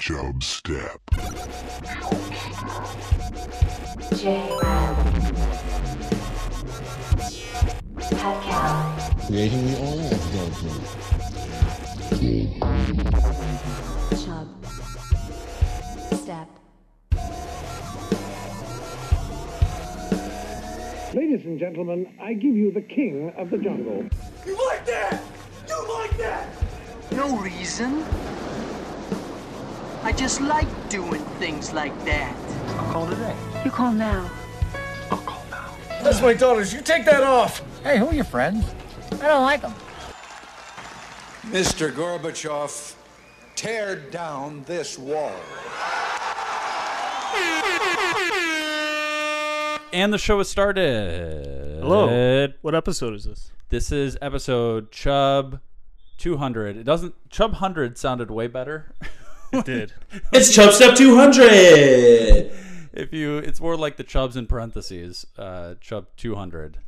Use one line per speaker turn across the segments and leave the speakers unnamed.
Job Step.
J Rob. Pascal.
creating the oil of
Chub. Step.
Ladies and gentlemen, I give you the king of the jungle.
You like that? You like that?
No reason. I just like doing things like that.
You call now.
That's my daughter's. You take that off.
Hey, who are your friends? I don't like them.
Mr. Gorbachev, tear down this wall.
And the show has started.
Hello. What episode is this?
This is episode Chub 200. It doesn't Chub 100 sounded way better.
Did
It's Chub Step 200.
if you it's more like the Chubs in parentheses, uh Chub 200.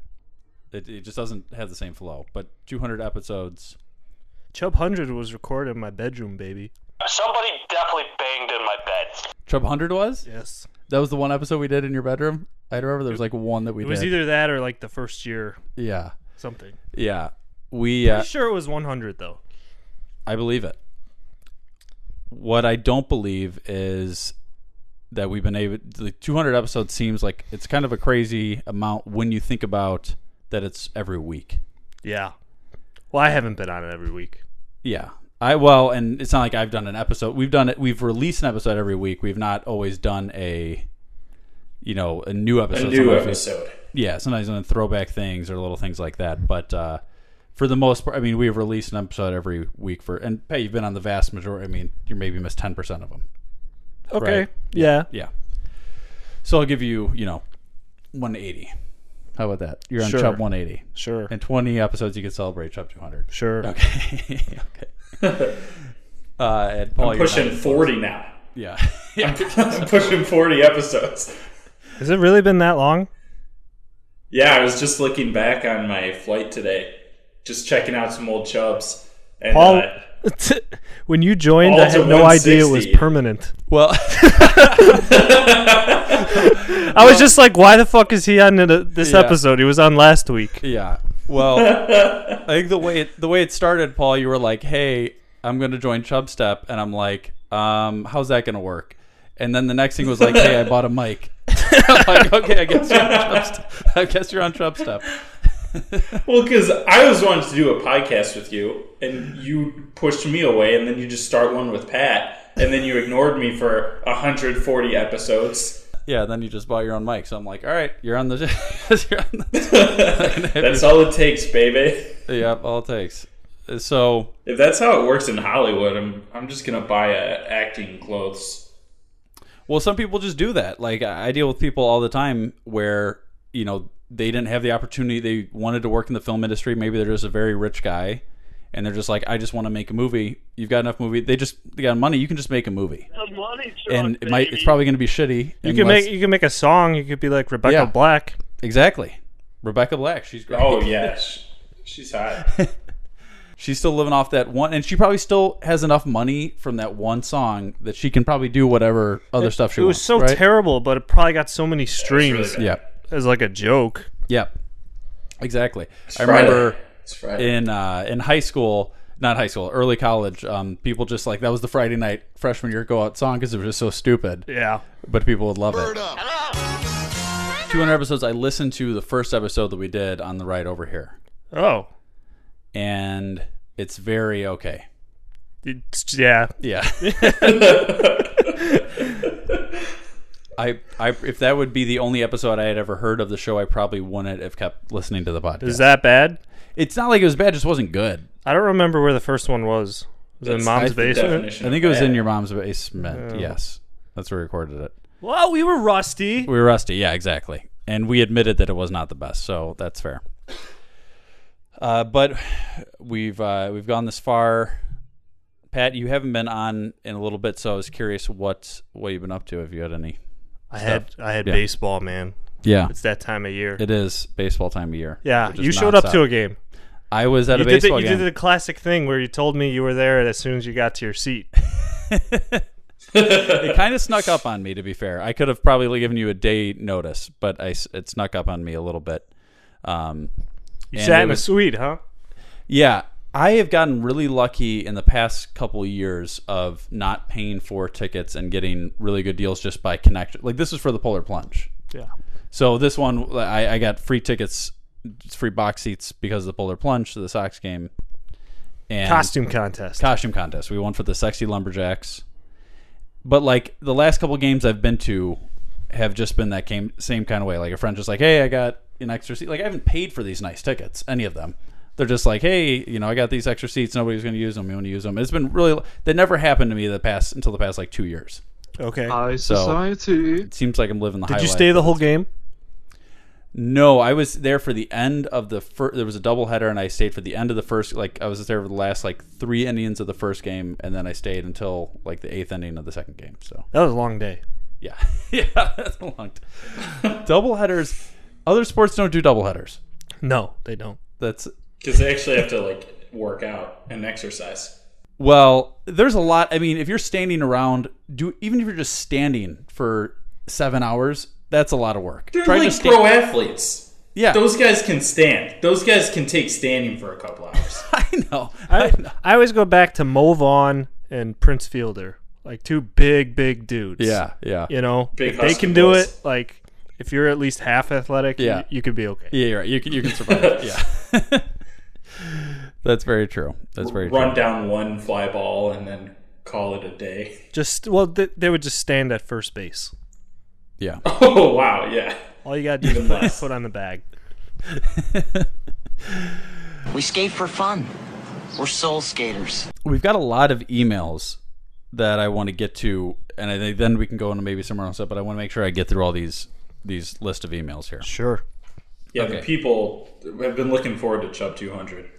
It, it just doesn't have the same flow, but 200 episodes.
Chub Hundred was recorded in my bedroom, baby.
Somebody definitely banged in my bed.
Chub 100 was?
Yes.
That was the one episode we did in your bedroom. I remember there was like one that we
It was
did.
either that or like the first year
yeah.
something.
Yeah. We uh,
Pretty sure it was 100 though.
I believe it. What I don't believe is that we've been able. The 200 episodes seems like it's kind of a crazy amount when you think about that it's every week.
Yeah. Well, I haven't been on it every week.
Yeah. I well, and it's not like I've done an episode. We've done it. We've released an episode every week. We've not always done a, you know, a new
A
episode.
new
Sometimes we-
episode.
yeah, sometimes on throwback things or little things like that. But uh, for the most part, I mean, we have released an episode every week for, and hey, you've been on the vast majority. I mean, you maybe missed ten percent of them.
Okay.
Right.
Yeah.
Yeah. So I'll give you, you know, 180. How about that? You're on
Sure.
Chop 180.
Sure.
In 20 episodes, you can celebrate Chop 200.
Sure.
Okay. okay. Uh, and Paul,
I'm
you're
pushing
not-
40 now.
Yeah.
I'm pushing 40 episodes.
Has it really been that long?
Yeah, I was just looking back on my flight today, just checking out some old chubs. And
Paul,
uh,
when you joined,
All
I
to
had no idea it was
160.
permanent.
well,
I was just like, why the fuck is he on in a- this
Yeah.
episode? He was on last week.
yeah. Well, I think the way it, the way it started, Paul, you were like, "Hey, I'm going to join Chubstep," and I'm like, um, "How's that going to work?" And then the next thing was like, "Hey, I bought a mic." I'm like, okay, I guess you're on Chubstep. I guess you're on Chubstep.
well, because I was wanting to do a podcast with you, and you pushed me away, and then you just start one with Pat, and then you ignored me for 140 episodes.
yeah, then you just bought your own mic. So I'm like, all right, you're on the. you're on the
That's all it takes, baby.
yep, all it takes. So
If that's how it works in Hollywood, I'm I'm just gonna buy uh, acting clothes.
Well, some people just do that. Like I I deal with people all the time where you know they didn't have the opportunity. They wanted to work in the film industry. Maybe they're just a very rich guy, and they're just like, I just want to make a movie. You've got enough movie. They just they got money. You can just make a movie, and it might. It's probably going to be shitty.
You can make you can make a song. You could be like Rebecca
Yeah.
Black.
exactly. Rebecca Black. She's great.
Oh yeah, sh- she's hot.
She's still living off that one, and she probably still has enough money from that one song that she can probably do whatever other stuff she
It was
wants.
so
right?
terrible, but it probably got so many streams
Yeah.
as like a joke.
Yeah. Exactly. I
Friday.
remember.
It's Friday.
in uh, in high school, not high school, early college, um, people just like that was the Friday night freshman year go out song because it was just so stupid,
Yeah.
but people would love it. 200 episodes. I listened to the first episode that we did on the ride over here,
Oh.
and it's very okay.
It's- yeah.
Yeah. I, I if that would be the only episode I had ever heard of the show, I probably wouldn't have kept listening to the podcast.
Is that bad?
it's not like it was bad; it just wasn't good.
I don't remember where the first one was. Was it in
That's-
mom's
I think
basement?
I think it was in your mom's basement. Yes, that's where we recorded it.
Well, we were rusty.
We were rusty. Yeah, exactly. And we admitted that it was not the best, so that's fair. Uh, but we've uh, we've gone this far. Pat, you haven't been on in a little bit, so I was curious what what you've been up to. If you had any,
I had I had
Yeah.
baseball, man.
yeah,
It's that time of year.
it is baseball time of year.
yeah,
which is
you showed up
nonstop.
to a game.
I was at
You
a
did, the,
baseball
you did
game.
the classic thing where you told me you were there as soon as you got to your seat.
it kind of snuck up on me, to be fair. I could have probably given you a day notice, but I s it snuck up on me a little bit. Um,
You
and
sat
it
in a
was-
suite, huh?
yeah, I have gotten really lucky in the past couple years of not paying for tickets and getting really good deals just by connection. Like this is for the Polar Plunge.
Yeah.
So this one, I, I got free tickets, free box seats because of the Polar Plunge to the Sox game. And
Costume contest.
costume contest. We won for the sexy lumberjacks. But like the last couple games I've been to have just been that game, same kind of way. Like a friend just like, hey, I got an extra seat. Like I haven't paid for these nice tickets, any of them. They're just like, hey, you know, I got these extra seats. Nobody's going to use them. You want to use them? It's been really that never happened to me the past until the past like two years.
okay.
High
So-
society.
It seems like uh, I'm living the. high
Did you
life.
stay the whole game?
No, I was there for the end of the first. There was a doubleheader, and I stayed for the end of the first. Like I was there for the last like three innings of the first game, and then I stayed until like the eighth inning of the second game. So
That was a long day.
yeah, yeah, that's a long time. doubleheaders. Other sports don't do doubleheaders.
No, they don't.
That's
Because they actually have to like work out and exercise.
well. There's a lot. I mean, if you're standing around, do even if you're just standing for seven hours, that's a lot of work.
They're
Try to
like
stand-
pro athletes.
Yeah.
Those guys can stand. Those guys can take standing for a couple hours.
I know.
I, I always go back to Mo Vaughn and Prince Fielder, like two big, big dudes.
Yeah, yeah.
You know,
Big
if they can do
hustlers.
it, like if you're at least half athletic, you-
Yeah.
you, could be okay.
Yeah, you're right. You can you can survive. it. Yeah. That's very true. That's very true.
Run down one fly ball and then call it a day.
Just well, th- they would just stand at first base.
Yeah.
Oh wow, yeah.
All you got to do is
Even
put,
less.
put on the bag.
We skate for fun. We're soul skaters.
We've got a lot of emails that I want to get to and I think then we can go into maybe somewhere else, but I want to make sure I get through all these these list of emails here.
Sure.
Yeah,
Okay.
the people have been looking forward to Chubb 200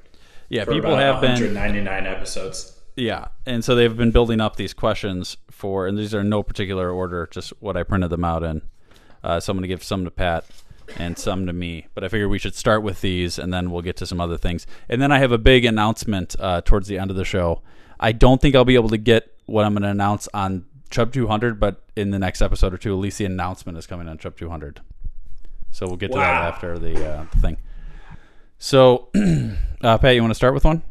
Yeah,
for
people have
about
been
199 episodes.
yeah, and so they've been building up these questions for and these are in no particular order, just what I printed them out in. Uh, so I'm going to give some to Pat and some to me, but I figure we should start with these and then we'll get to some other things. And then I have a big announcement uh, towards the end of the show. I don't think I'll be able to get what I'm going to announce on Chubb 200, but in the next episode or two, at least the announcement is coming on Chubb 200. So we'll get to that
Wow.
after the uh, thing. So, uh, Pat, you want to start with one?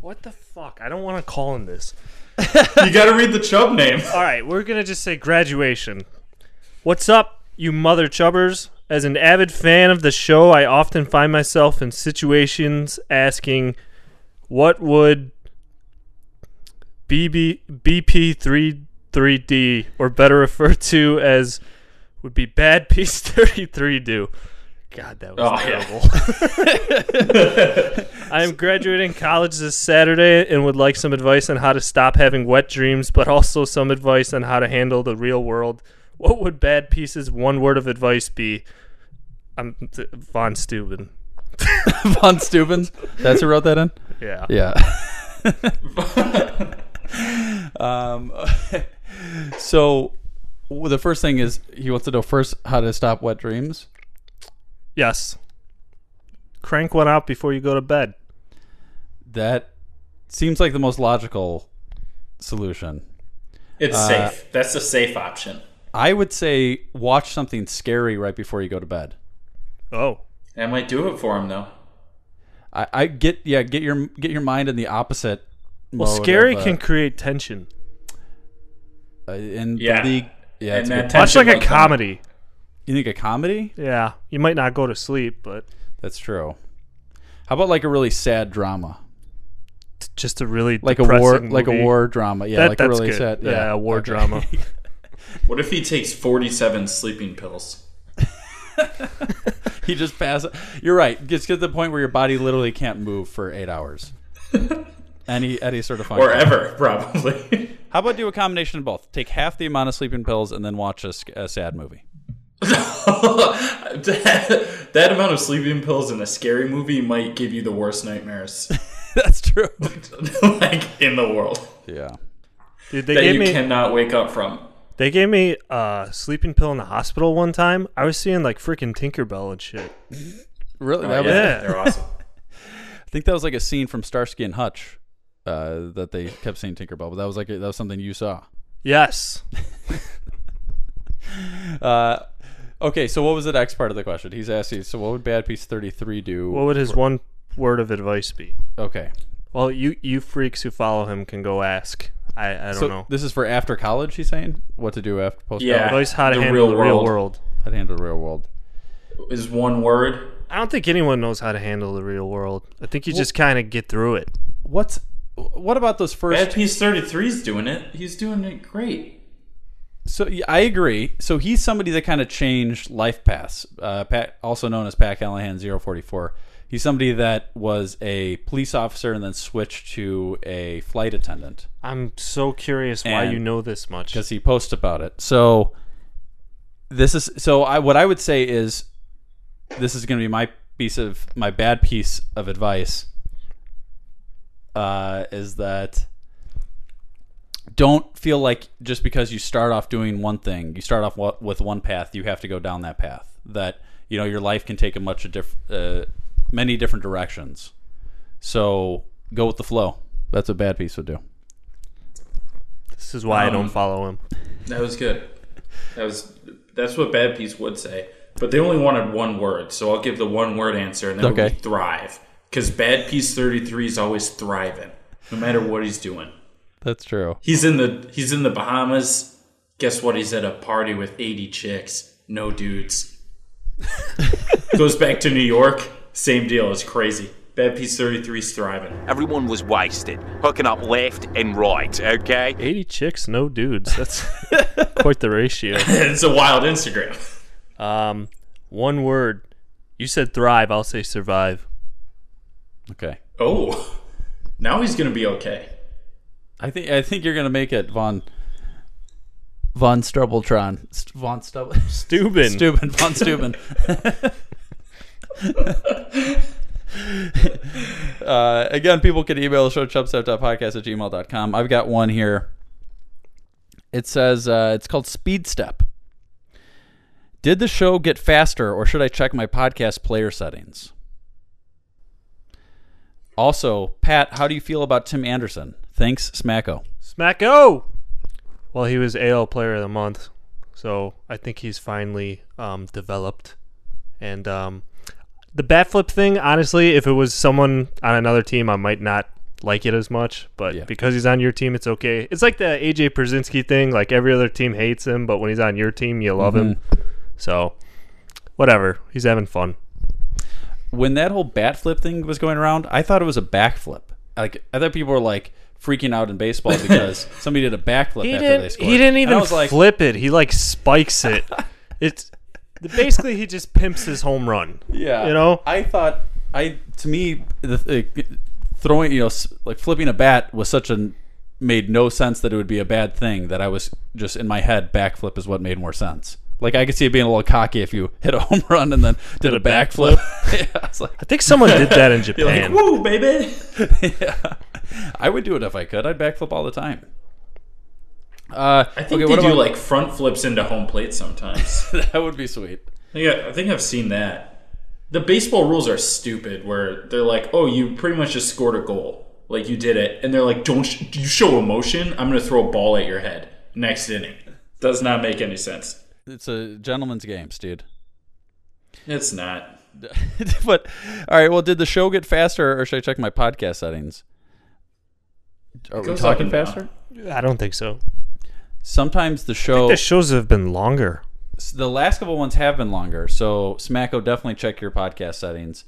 What the fuck? I don't want to call him this.
you got to read the Chubb name.
All right, we're gonna just say graduation. What's up, you mother chubbers? As an avid fan of the show, I often find myself in situations asking, "What would BB BP33D, or better referred to as, would be bad piece 33 do?" God, that was
Oh, yeah.
terrible. I am graduating college this Saturday and would like some advice on how to stop having wet dreams, but also some advice on how to handle the real world. What would bad pieces one word of advice be? I'm th- Von Steuben.
Von Steubens. That's who wrote that in?
Yeah.
Yeah. um, so well, the first thing is he wants to know first how to stop wet dreams.
Yes. Crank one out before you go to bed.
That seems like the most logical solution.
It's
Uh,
safe. That's the safe option.
I would say watch something scary right before you go to bed.
Oh.
That might do it for him though.
I, I get yeah get your get your mind in the opposite.
Well,
mode
scary
of, uh,
can create tension.
uh, and
Yeah.
the league. Yeah,
and
it's
that
good.
Much
tension
like a
might come-
comedy.
you think a comedy?
Yeah. You might not go to sleep, but
That's true. How about like a really sad drama?
it's just a really
like a war
depressing
like a
movie.
war drama yeah
That-
like a
that's
really
good.
sad
yeah, a war
okay.
drama.
What if he takes 47 sleeping pills?
he just passes you're right just get to the point where your body literally can't move for eight hours any any sort of function
Or ever, probably.
how about do a combination of both take half the amount of sleeping pills and then watch a, sc- a sad movie
that, that amount of sleeping pills in a scary movie might give you the worst nightmares
that's true
like in the world
yeah
Dude, they
that
gave
you
me
cannot wake up from.
They gave me a sleeping pill in the hospital one time. I was seeing like freaking Tinkerbell and shit.
really
Oh,
that
yeah,
was-
yeah.
they're awesome.
i think that was like a scene from starsky and hutch uh, that they kept saying Tinkerbell, but that was like that was something you saw.
Yes.
Uh, okay, so what was the next part of the question? He's asking, so what would Bad Piece Thirty Three do?
What would his one word of advice be?
okay,
Well, you you freaks who follow him can go ask. I, I don't
so
know.
this is for after college. He's saying what to do after post college.
Yeah.
advice how to
the
handle the
real
real
world.
world.
I'd handle the real world.
Is one word.
I don't think anyone knows how to handle the real world. I think you just kind of get through it.
What's what about those first?
Bad Piece 33 is doing it. He's doing it great.
So yeah, I agree. So he's somebody that kind of changed life paths. Uh, Pat, also known as Pat Callahan 044. He's somebody that was a police officer and then switched to a flight attendant
I'm so curious why
And-
you know this much.
because he posts about it. So this is so I what I would say is this is going to be my piece of my bad piece of advice uh, is that don't feel like just because you start off doing one thing, you start off wa- with one path, you have to go down that path. That you know your life can take a much of diff- uh, many different directions. So go with the flow. That's what bad piece would do.
This is why I don't
Um,
follow him.
That was good. That was that's what Bad Piece would say. But they only wanted one word, so I'll give the one word answer, and that
Okay.
would be thrive. Because Bad Piece 33 is always thriving, no matter what he's doing.
That's true.
He's in the he's in the Bahamas. Guess what? He's at a party with 80 chicks, no dudes. Goes back to New York, same deal. It's crazy. Bad Piece 33 is thriving.
Everyone was wasted, hooking up left and right, okay?
80 chicks, no dudes. That's quite the ratio.
it's a wild Instagram.
Um, one word. You said thrive. I'll say survive.
Okay.
Oh, now he's gonna be okay.
I think I think you're gonna make it, Von Von Strubbletron. St- Von Stub-
Steuben.
Steuben. Von Steuben. uh, again, people can email the show chubstep.podcast at gmail.com. I've got one here. It says uh, it's called Speed Step. Did the show get faster, or should I check my podcast player settings? Also, Pat, how do you feel about Tim Anderson? Thanks, Smacko.
Smacko. Well, he was AL Player of the Month, so I think he's finally um, developed. And um, the bat flip thing, honestly, if it was someone on another team, I might not like it as much. But
Yeah.
because he's on your team, it's okay. It's like the AJ Przinsky thing. Like every other team hates him, but when he's on your team, you love him. So whatever, he's having fun.
when that whole bat flip thing was going around, I thought it was a backflip. Like I thought people were like freaking out in baseball because somebody did a backflip
He
after they
didn't.
scored.
He didn't
And I
even
was like,
flip it. He like spikes it. it's basically he just pimps his home run.
Yeah,
you know?
I thought I to me the uh, throwing you know s- like flipping a bat was such an made no sense that it would be a bad thing that I was just in my head backflip is what made more sense. Like I could see it being a little cocky if you hit a home run and then did, a backflip. yeah, I was like,
I think someone did that in Japan.
Like, woo, baby.
I would do it if I could. I'd backflip all the time. Uh,
I think
okay,
they
what
do
about-
like front flips into home plate sometimes. I,
that would be sweet.
think I, I think I've seen that. The baseball rules are stupid, where they're like, "Oh, you pretty much just scored a goal, like you did it," and they're like, "Don't sh- do you show emotion? I'm gonna throw a ball at your head." Next inning does not make any sense.
It's a gentleman's game, dude.
It's not.
but all right, well, did the show get faster, or should I check my podcast settings? Are we
goes
talking
up and
faster?
down.
I don't think so.
Sometimes the show,
The shows have been longer.
the last couple ones have been longer. So Smacko, definitely check your podcast settings.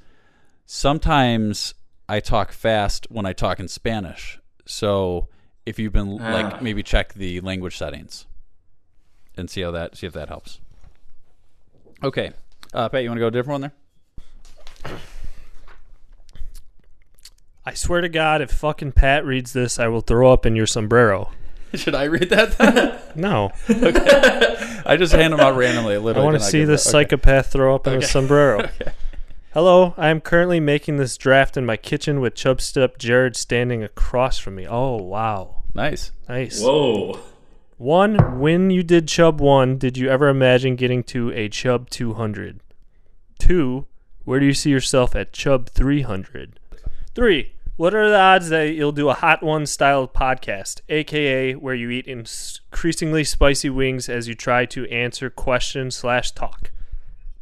Sometimes I talk fast when I talk in Spanish. So if you've been
Ah.
like, maybe check the language settings and see how that see if that helps. Okay, uh, Pat, you want to go a different one there?
I swear to God, if fucking Pat reads this, I will throw up in your sombrero.
Should I read that? Then?
No,
I just hand them out randomly. Literally,
I want
did
to
not
see
give
this
that- okay.
psychopath throw up in a sombrero. Hello, I am currently making this draft in my kitchen with Chubstep Jared standing across from me. Oh wow,
Nice.
nice.
Whoa.
One, when you did Chubb 1, did you ever imagine getting to a Chubb 200? Two, where do you see yourself at Chubb 300? Three, What are the odds that you'll do a Hot One style podcast, aka where you eat increasingly spicy wings as you try to answer questions slash talk?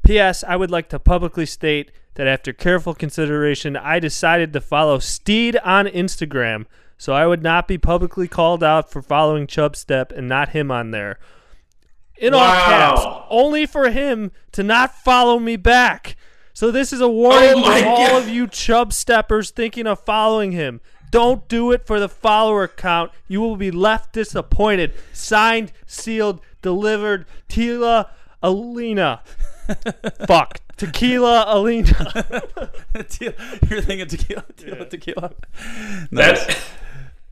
P.S. I would like to publicly state that after careful consideration, I decided to follow Steed on Instagram, so I would not be publicly called out for following Chubstep and not him on there. In all
Wow.
caps, only for him to not follow me back. So this is a warning
Oh my
to all
God.
of you Chub Steppers thinking of following him. Don't do it for the follower count. You will be left disappointed. Signed, sealed, delivered. Tila Alina. Fuck. Tequila Alina.
Tequila. You're thinking tequila, tequila, tequila.
That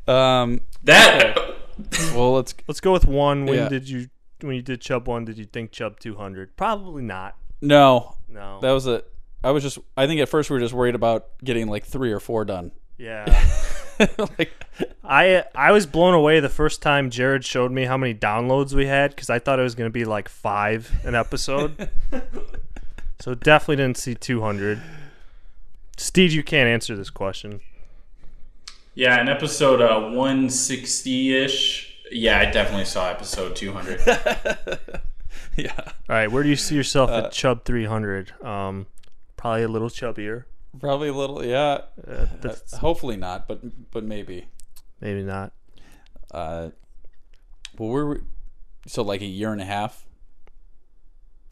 Um,
that
well, let's.
Let's go with one. When
Yeah.
did you when you did Chub one, did you think Chub two hundred? Probably not.
No,
No.
that was a. I was just. I think at first we were just worried about getting like three or four done.
yeah.
like,
I I was blown away the first time Jared showed me how many downloads we had because I thought it was gonna be like five an episode. so definitely didn't see two hundred. Steve, you can't answer this question.
yeah, in episode uh, 160-ish. Yeah, I definitely saw episode 200.
yeah,
All right, where do you see yourself
Uh,
at Chub three hundred? Um, probably a little chubbier.
probably a little. Yeah,
Uh, that's,
hopefully not, but but maybe.
maybe not.
Uh, well, we're so like a year and a half.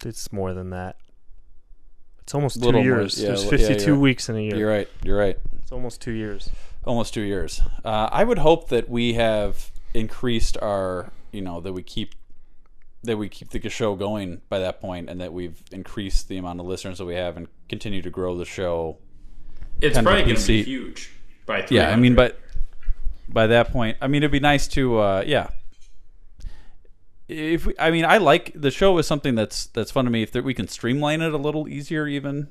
It's more than that. It's almost two
Little more,
years.
yeah,
There's
li- yeah,
52
you're-
weeks in a year.
You're right. You're right.
It's almost two years.
almost two years. Uh, I would hope that we have increased our, you know, that we keep that we keep the show going by that point, and that we've increased the amount of listeners that we have, and continue to grow the show.
It's
Kind of
probably going to
PC.
be huge by
Yeah, I
300.
mean, but by that point, I mean it'd be nice to, uh, yeah. If we, I mean, I like the show is something that's that's fun to me. If there, we can streamline it a little easier, even.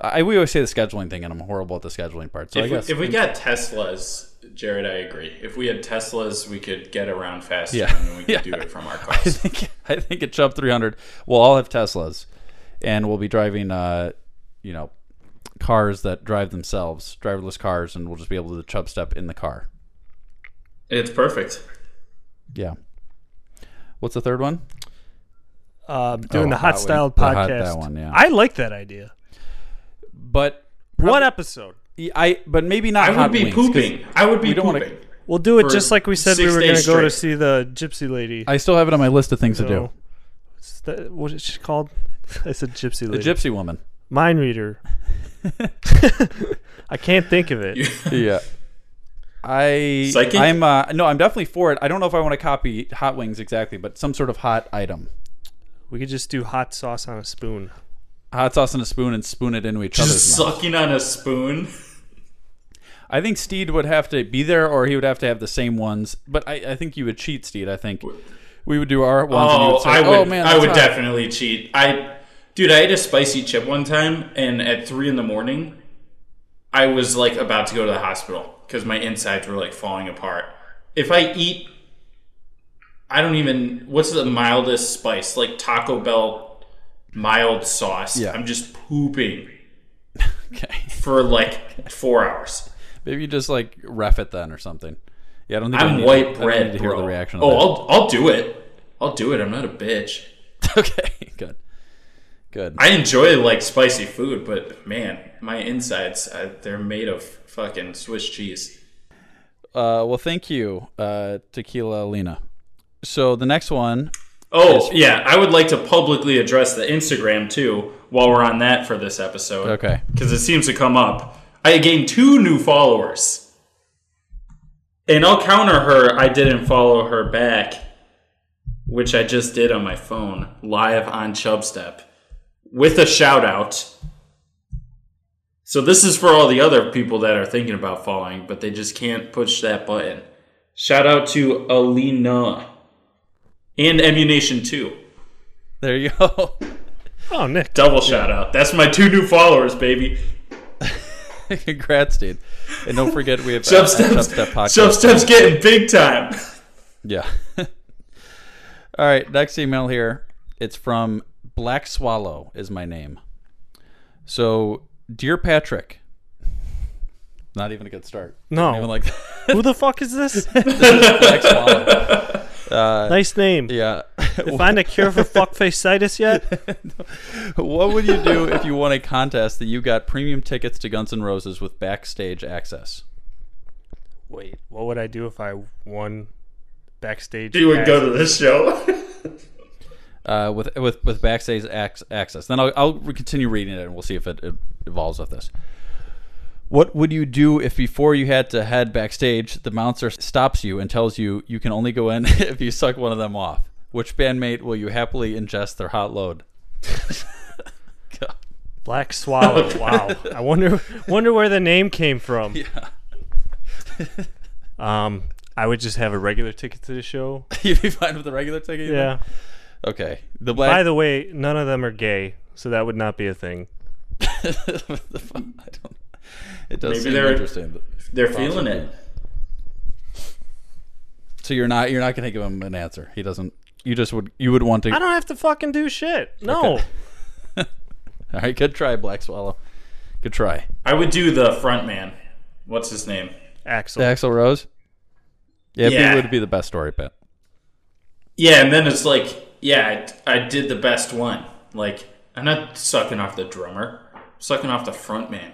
I we always say the scheduling thing, and I'm horrible at the scheduling part. So I
if,
guess
we, if we got Teslas, Jared, I agree. If we had Teslas, we could get around faster
Yeah.
and we could
Yeah.
do it from our
I
cars.
think I think at Chubb 300 we'll all have Teslas, and we'll be driving, uh, you know, cars that drive themselves, driverless cars, and we'll just be able to Chubb step in the car.
it's perfect.
Yeah. What's the third one?
Uh, doing
Oh,
the hot
that
style
one. The hot-
podcast.
that one, yeah.
I like that idea.
But
One episode.
I but maybe not.
I would
Hot
be
Wings, 'cause
pooping. I would be
we don't
pooping.
wanna-
We'll do it
For
just like we said we
six
were going to
days
go to
straight.
see the gypsy lady.
I still have it on my list of things to do.
No. What's that- what is she called? I said gypsy
The
lady.
Gypsy Woman.
Mind reader. I can't think of it.
Yeah. I
Psychic?
I'm uh, no I'm definitely for it. I don't know if I want to copy Hot Wings exactly, but some sort of hot item,
We could just do hot sauce on a spoon.
hot sauce and a spoon, and spoon it into each other's
Just
mouth.
sucking on a spoon.
I think Steed would have to be there, or he would have to have the same ones. But I, I think you would cheat, Steed. I think we would do our ones. and you
Oh,
would say,
I would.
"Oh, man,
I
that's
would
hot."
definitely cheat. I, dude, I ate a spicy chip one time, and at three in the morning, I was like about to go to the hospital because my insides were like falling apart. If I eat, I don't even. What's the mildest spice? Like Taco Bell mild sauce.
Yeah.
I'm just pooping
Okay,
for like four hours.
maybe you just like ref it then or something. Yeah, I don't think I
I'm
need
white
to, I don't
bread,
need to
bro.
hear the reaction.
oh,
of
I'll I'll do it. I'll do it. I'm not a bitch.
that. okay, good, good.
I enjoy like spicy food, but man, my insides, uh, they're made of fucking Swiss cheese.
Uh, well, thank you, uh, Tequila Lena. So the next one,
Oh, yeah, I would like to publicly address the Instagram too while we're on that for this episode.
okay,
Because it seems to come up. I gained two new followers. And I'll counter her, I didn't follow her back, which I just did on my phone, live on Chubstep, with a shout out. So this is for all the other people that are thinking about following, but they just can't push that button. Shout out to Alina and Emmunation 2.
there you go.
Oh, Nick.
Double shout out. That's my two new followers, baby.
Congrats, dude. And don't forget we have uh,
Chubstep's,
Chubstep podcast.
Chubstep's getting big time.
Yeah. All right, next email here. It's from Black Swallow is my name. So, dear Patrick, Not even a good start.
No.
Not even like
Who the fuck is this?
Black Swallow. Uh,
nice name.
Yeah.
They find a cure for fuckfacitis yet?
what would you do if you won a contest that you got premium tickets to Guns N' Roses with backstage access?
Wait, what would I do if I won backstage?
You would go to this show.
Uh, with with with backstage ac- access. Then I'll, I'll re- continue reading it and we'll see if it, it evolves with this. What would you do if before you had to head backstage, the bouncer stops you and tells you you can only go in if you suck one of them off? Which bandmate will you happily ingest their hot load? God.
Black Swallow. Wow. I wonder wonder where the name came from. um, I would just have a regular ticket to the show.
You'd be fine with the regular ticket. you
Yeah.
think? Okay. The
By
black.
the way, none of them are gay, so that would not be a thing.
the fu- I don't. It does
Maybe
seem
they're-
interesting. but-
They're
Bouncer
feeling it.
being- So you're not you're not going to give him an answer. He doesn't. You just would you would want to.
I don't have to fucking do shit. No.
Okay. All right. Good try, Black Swallow. Good try,
I would do the front man. What's his name?
Axel.
Axel Rose. Yeah,
Yeah.
he would be the best story bet.
Yeah, and then it's like, yeah, I, I did the best one. Like, I'm not sucking off the drummer, I'm sucking off the front man.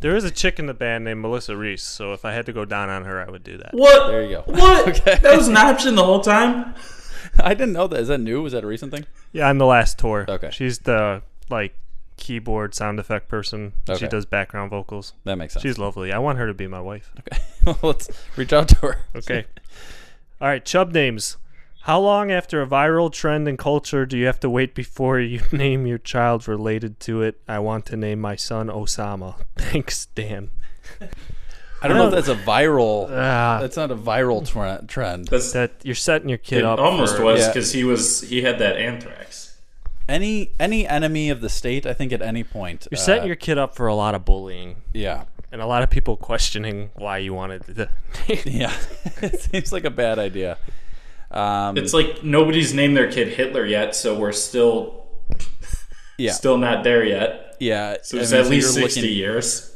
There is a chick in the band named Melissa Reese, so if I had to go down on her, I would do that.
What?
There you go.
What? That was an option the whole time.
I didn't know that. Is that new? Was that a recent thing?
Yeah, on the last tour.
Okay.
She's the like keyboard sound effect person.
Okay.
She does background vocals.
That makes sense.
She's lovely. I want her to be my wife.
okay. Well, let's reach out to her.
Okay. All right, Chubb names. How long after a viral trend and culture do you have to wait before you name your child related to it? I want to name my son Osama. Thanks, Dan.
I don't know if that's a viral.
Ah,
that's not a viral tren- trend.
That's
that you're setting your kid
it
up.
almost
for-
was
yeah.
because he was he had that anthrax.
Any any enemy of the state, I think, at any point.
You're
uh,
setting your kid up for a lot of bullying
yeah
and a lot of people questioning why you wanted the
yeah. it seems like a bad idea. Um,
It's like nobody's named their kid Hitler yet, so we're still
yeah
still not there yet.
yeah.
So
I
it's
mean,
at least
you're
sixty
looking-
years.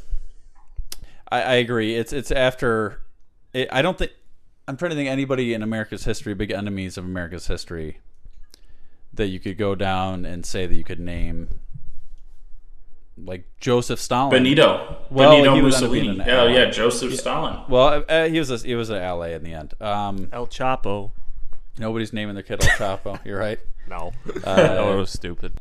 I, I agree. It's it's after. It, I don't think. I'm trying to think anybody in America's history, big enemies of America's history, that you could go down and say that you could name, like Joseph Stalin.
Benito.
Well,
Benito
he was on a
Mussolini.
Vietnam-
Oh yeah, Joseph Stalin.
Well, uh, he was a, he was an ally in the end. Um,
El Chapo.
nobody's naming their kid El Chapo. You're right.
No. that was stupid.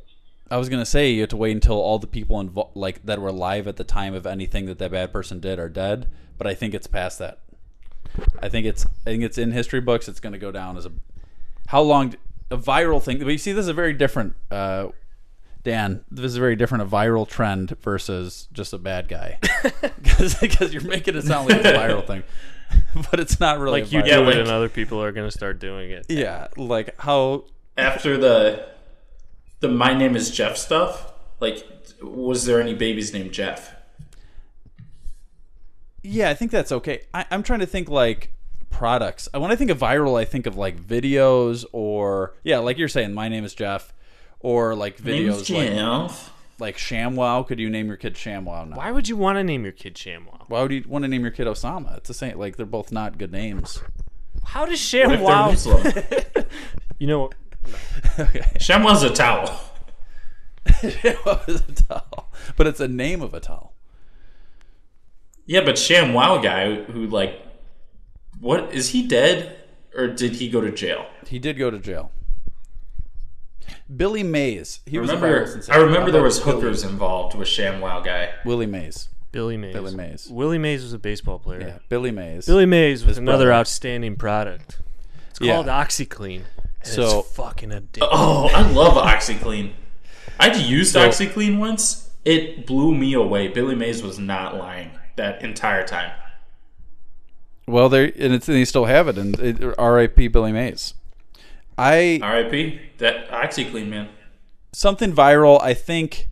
I was gonna say you have to wait until all the people involved, like that were alive at the time of anything that that bad person did, are dead. But I think it's past that. I think it's I think it's in history books. It's gonna go down as a how long d- a viral thing. But you see, this is a very different. Uh, Dan, this is very different a viral trend versus just a bad guy because you're making it sound like it's a viral thing, but it's not really
Like
a
you
viral-
do it
like-
and other people are going to start doing it.
yeah, like how
after the the my name is Jeff stuff, like was there any babies named Jeff?
Yeah, I think that's okay. I, I'm trying to think like products. I- When I think of viral, I think of like videos or yeah, like you're saying, my name is Jeff, or like videos like
Jeff.
like ShamWow. Could you name your kid ShamWow now? Why,
Why would you want to name your kid Shamwow?
would you want to name your kid Osama? It's the same. Like they're both not good names.
How does
If they're
Shamwow?
Muslim.
You know,
Shamwell's a towel.
What was a towel? But it's a name of a towel.
Yeah, but ShamWow guy who like what is he dead or did he go to jail?
He did go to jail. Billy Mays. He was a viral
Remember, I
sensation.
remember there
thought
was
Billy-
hookers involved with ShamWow guy.
Willie Mays.
Billy Mays.
Billy Mays.
Willie Mays was a baseball player.
Yeah, Billy Mays.
Billy Mays was another
brother.
outstanding product. It's
Yeah.
called OxyClean. And
So-
it's fucking addictive.
Oh, I love OxyClean. I'd used OxyClean once. It blew me away. Billy Mays was not lying that entire time.
Well, there and it's and they still have it. And it, R.I.P. Billy Mays. I
R.I.P. That OxyClean man.
something viral. I think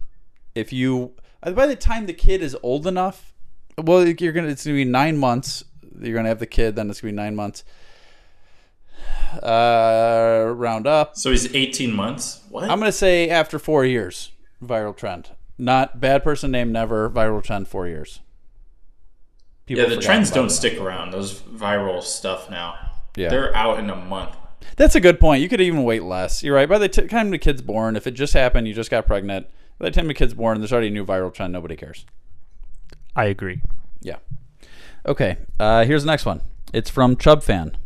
if you uh, by the time the kid is old enough, well, you're gonna it's gonna be nine months. You're gonna have the kid, then it's gonna be nine months. Uh, round up.
So he's 18 months. What?
I'm gonna say after four years, viral trend. Not bad person name never viral trend four years. People
yeah, the
forgot
trends
about
don't
it.
stick around. Those viral stuff now.
Yeah.
They're out in a month.
That's a good point. You could even wait less. You're right. By the t- time the kid's born, if it just happened, you just got pregnant. By the time the kid's born, there's already a new viral trend. Nobody cares.
I agree.
Yeah. Okay. Uh, here's the next one. It's from Chub Fan.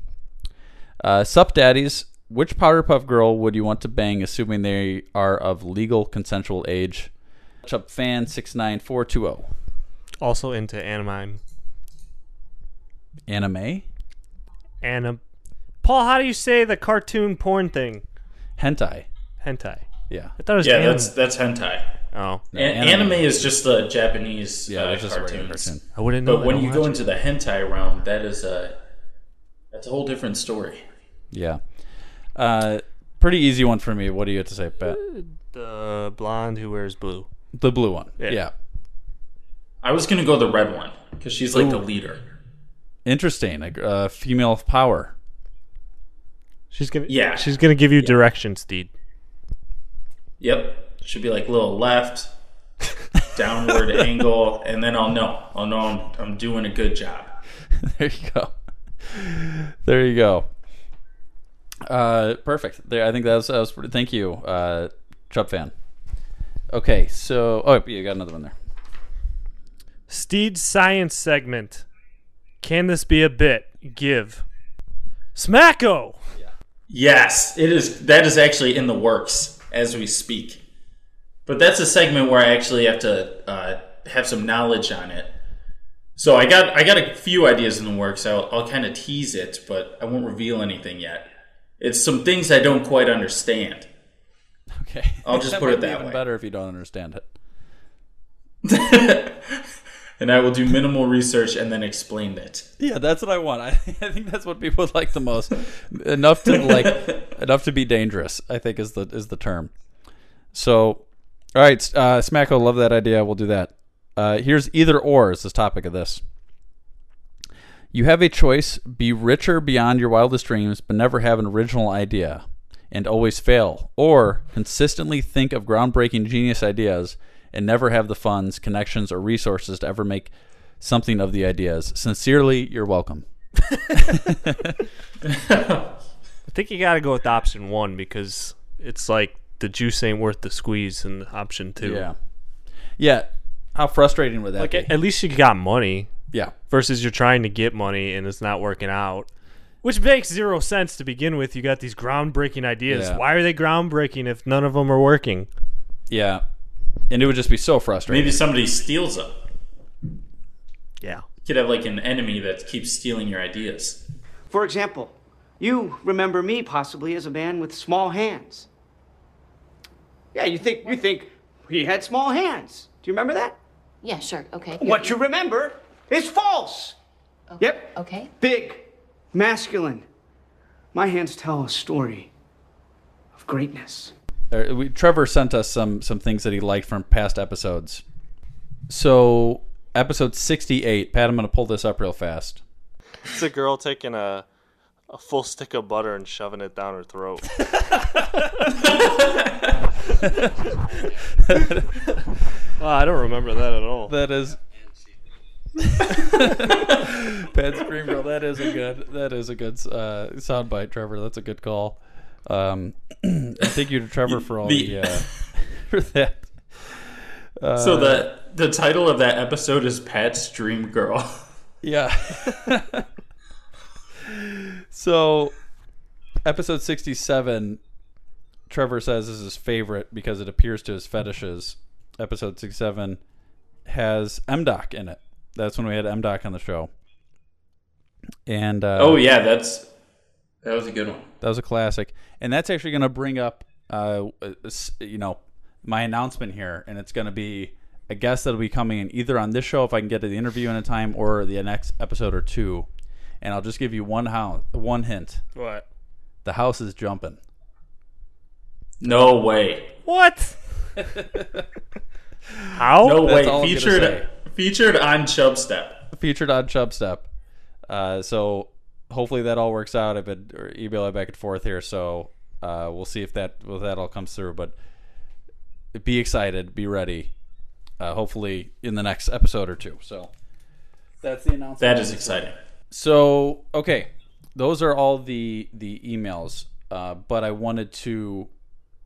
Uh, Sup Daddies, which Powderpuff Girl would you want to bang, assuming they are of legal consensual age? Chub Fan six nine four two oh. zero.
Also into anime.
Anime
Anime. Paul, how do you say the cartoon porn thing?
hentai.
Hentai.
Yeah.
I thought it was
Yeah,
anime.
that's that's hentai.
Oh,
An- anime. is just the Japanese
Yeah,
uh,
it's just a regular
cartoons.
cartoon.
I wouldn't know.
But
I
when
don't
you go
watch
into the hentai realm, that is a that's a whole different story.
Yeah. Uh, pretty easy one for me. What do you have to say, Pat?
the blonde who wears blue.
The blue one.
Yeah.
yeah.
I was gonna go the red one because she's like the leader.
Interesting. A uh, female power.
She's gonna.
Yeah.
She's gonna give you directions, Steed.
Yep. Should be like little left, downward angle, and then I'll know. I'll know I'm, I'm doing a good job.
There you go. There you go. Uh, perfect. There, I think that was, that was pretty, thank you, uh, Chubb fan. Okay, so oh, you got another one there.
Steed's science segment. Can this be a bit? Give. Smacko.
Yes, it is. That is actually in the works as we speak. But that's a segment where I actually have to uh, have some knowledge on it. So I got I got a few ideas in the works. I'll, I'll kind of tease it, but I won't reveal anything yet. It's some things I don't quite understand.
Okay,
I'll just put
might
it
be
that
even
way.
Better if you don't understand it.
and I will do minimal research and then explain it.
Yeah, that's what I want. I, I think that's what people like the most. enough to like, enough to be dangerous. I think is the is the term. So, all right, uh, Smacko, love that idea. We'll do that. Uh, here's either or is the topic of this. You have a choice: be richer beyond your wildest dreams, but never have an original idea, and always fail, or consistently think of groundbreaking genius ideas and never have the funds, connections, or resources to ever make something of the ideas. Sincerely, you're welcome.
I think you gotta go with option one because it's like the juice ain't worth the squeeze, and option two.
Yeah, yeah. How frustrating would that
Like
be?
at, at least you got money
yeah,
versus you're trying to get money and it's not working out. Which makes zero sense to begin with. You got these groundbreaking ideas.
Yeah.
Why are they groundbreaking if none of them are working?
yeah. And it would just be so frustrating.
Maybe somebody steals them.
Yeah.
You could have like an enemy that keeps stealing your ideas.
For example, you remember me possibly as a man with small hands. Yeah, you think you think he had small hands. Do you remember that?
Yeah, sure. Okay.
What you remember is false. Yep.
Okay.
Big, masculine. My hands tell a story of greatness.
There- Uh, we, Trevor sent us some some things that he liked from past episodes. So episode sixty eight. Pat, I'm going to pull this up real fast.
It's a girl taking a a full stick of butter and shoving it down her throat.
Well, I don't remember that at all.
That is. Pat Scream Girl, that is a good that is a good uh, soundbite, Trevor. That's a good call. Um, thank you to Trevor for all the,
The-
uh, for that.
so the the title of that episode is Pat's Dream Girl.
Yeah. so, episode 67, Trevor says is his favorite because it appears to his fetishes. Episode 67 has M Doc in it. That's when we had M Doc on the show. And uh,
oh yeah, that's that was a good one.
that was a classic. And that's actually going to bring up, uh, uh, s- you know, my announcement here, and it's going to be a guest that'll be coming in either on this show if I can get to the interview in a time, or the next episode or two. And I'll just give you one house, one hint:
What?
the house is jumping.
No way.
What? How?
No
That's all I'm gonna say.
way. Featured featured on Chubstep.
Featured on Chubstep. Uh, so hopefully that all works out. I've been or emailing back and forth here, so uh, we'll see if that if that all comes through. But be excited, be ready. Uh, hopefully in the next episode or two. So That's the announcement.
That is exciting.
So okay, those are all the the emails. Uh, but I wanted to.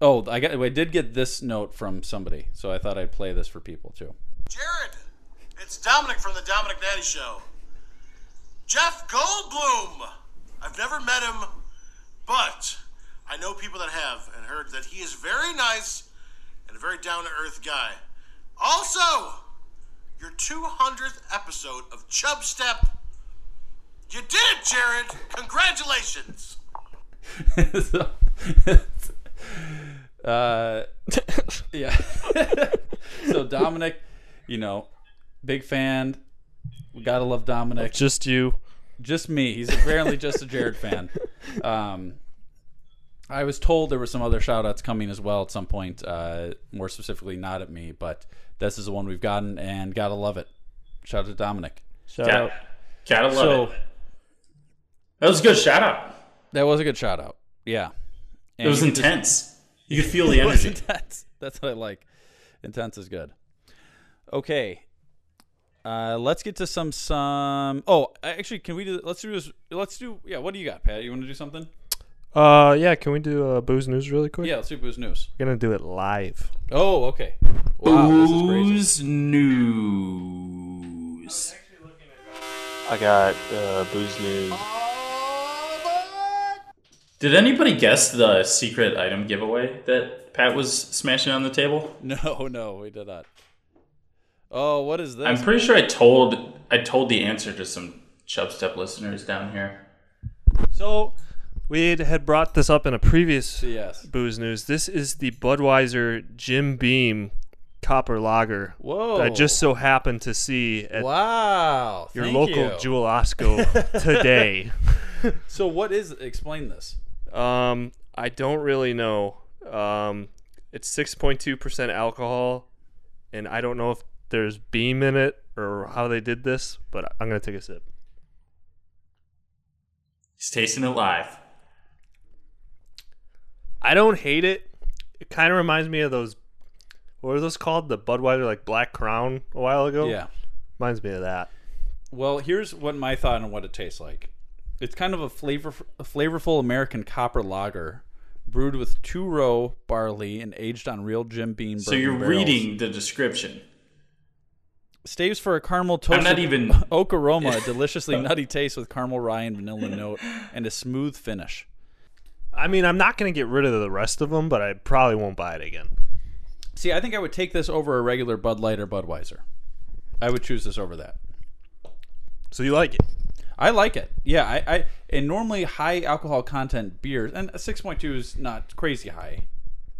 Oh, I got. I did get this note from somebody, so I thought I'd play this for people too.
Jared, it's Dominic from the Dominic Nanny Show. Jeff Goldblum. I've never met him, but I know people that have and heard that he is very nice and a very down to earth guy. Also, your 200th episode of Chub Step. You did it, Jared. Congratulations.
So- uh, yeah. so Dominic, you know, big fan. We gotta love Dominic.
Just you.
Just me. He's apparently just a Jared fan. Um, I was told there were some other shout outs coming as well at some point, uh, more specifically not at me, but this is the one we've gotten and gotta love it. Shout out to Dominic.
Shout
Got-
out.
Gotta love it. That was a good shout out.
That was a good shout out. Yeah.
It was
you could just-
intense. You could feel the
It was
energy.
intense. That's what I like. Intense is good. Okay. Uh, let's get to some some. Oh, actually, can we do? Let's do this. Let's do. Yeah. What do you got, Pat? You want to do something?
Uh, yeah. Can we do uh, booze news really quick?
Yeah. Let's do booze news.
We're gonna do it live.
Oh, okay.
Wow, this is crazy. Booze news.
I got uh, booze news.
Did anybody guess the secret item giveaway that Pat was smashing on the table?
No, no, we did not. Oh, what is this?
I'm pretty sure I told I told the answer to some Chubstep listeners down here.
So we had- had brought this up in a previous
Yes.
booze news. This is the Budweiser Jim Beam Copper Lager.
Whoa.
That I just so happened to see at
Wow.
your
thank
local
you.
Jewel Osco today.
So what is? Explain this.
Um, I don't really know. Um, it's 6.2% alcohol, and I don't know if there's beam in it or how they did this, but I'm going to take a sip.
He's tasting it live.
I don't hate it. It kind of reminds me of those. What are those called? The Budweiser, like Black Crown a while ago?
Yeah.
Reminds me of that.
Well, here's what my thought on what it tastes like. It's kind of a flavor, a flavorful American copper lager, brewed with two row barley and aged on real Jim Beam.
So
bourbon
you're
barrels.
reading the description.
staves for a caramel
I'm
toasted
not even-
oak aroma, a deliciously nutty taste with caramel rye and vanilla note, and a smooth finish.
I mean, I'm not going to get rid of the rest of them, but I probably won't buy it again.
See, I think I would take this over a regular Bud Light or Budweiser. I would choose this over that.
So you like it?
I like it. Yeah, I, I and normally high alcohol content beers and six point two is not crazy high,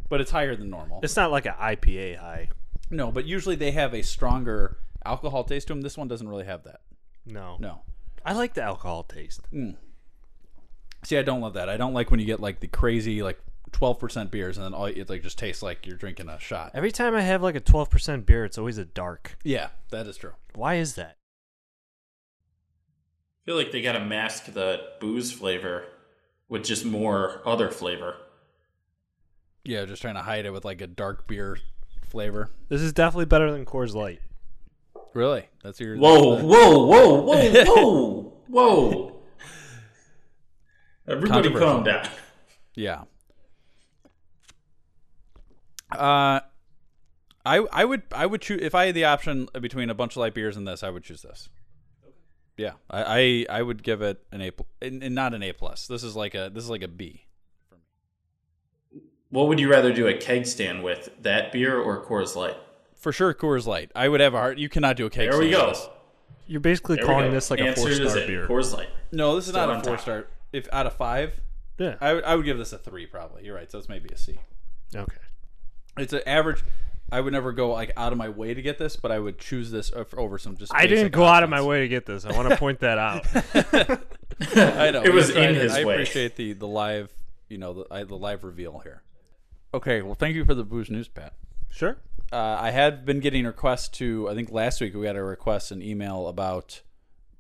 but it's higher than normal.
It's not like an IPA high.
No, but usually they have a stronger alcohol taste to them. This one doesn't really have that.
No.
No.
I like the alcohol taste.
See, I don't love that. I don't like when you get like the crazy like twelve percent beers and then all it like just tastes like you're drinking a shot.
Every time I have like a 12% beer, it's always a dark.
Yeah, that is true.
Why is that?
I feel like they gotta mask the booze flavor with just more other flavor.
Yeah, just trying to hide it with like a dark beer flavor.
This is definitely better than Coors Light.
Really? That's your
Whoa,
that's the-
whoa, whoa, whoa, whoa, whoa. Everybody
Controversial.
calm down.
Yeah. Uh I I would I would choose if I had the option between a bunch of light beers and this, I would choose this. Yeah, I, I I would give it an A, pl- and, and not an A plus. This is like a this is like a B.
What would you rather do a keg stand with? That beer or Coors Light?
For sure, Coors Light. I would have a hard. You cannot do a cake.
There we
stand
go.
with this.
You're basically
There we
calling
go.
this like
Answer
a
is
four star
in,
beer.
Coors Light.
No, this is
Still
not
on
a four
top.
star. If out of five,
Yeah.
I would I would give this a three probably. You're right. So it's maybe a C.
Okay.
It's an average. I would never go like out of my way to get this, but I would choose this o- over some just.
I didn't
basic
go out of
options.
my way to get this. I want to point that out.
I know
It was
Yes, I
in
did.
his
I
way.
appreciate the the live, you know, the I, the live reveal here. Okay, well, thank you for the booze news, Pat.
Sure.
Uh, I had been getting requests to. I think last week we had a request an email about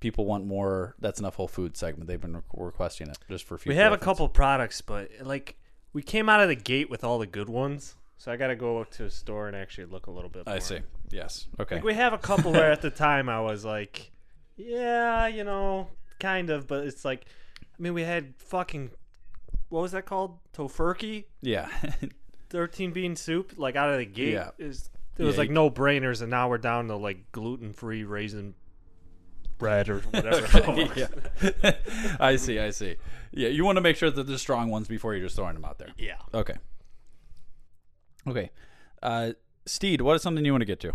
people want more. That's enough Whole Food segment. They've been re- requesting it just for. Future
We have a
reference.
couple products, but like we came out of the gate with all the good ones.
So I got to go to a store and actually look a little bit.
I see. Yes. Okay.
Like we have a couple where at the time I was like,
Yeah, you know, kind of, but it's like, I mean, we had fucking, what was that called? Tofurkey?
Yeah.
13 bean soup, like out of the gate.
Yeah.
Is, it was
Yeah,
like
you-
no brainers, and now we're down to like gluten free raisin bread or whatever.
Okay, yeah. I see. I see. Yeah, you want to make sure that there's strong ones before you're just throwing them out there.
Yeah.
Okay. Okay. Uh, Steed, what is something you want to get to?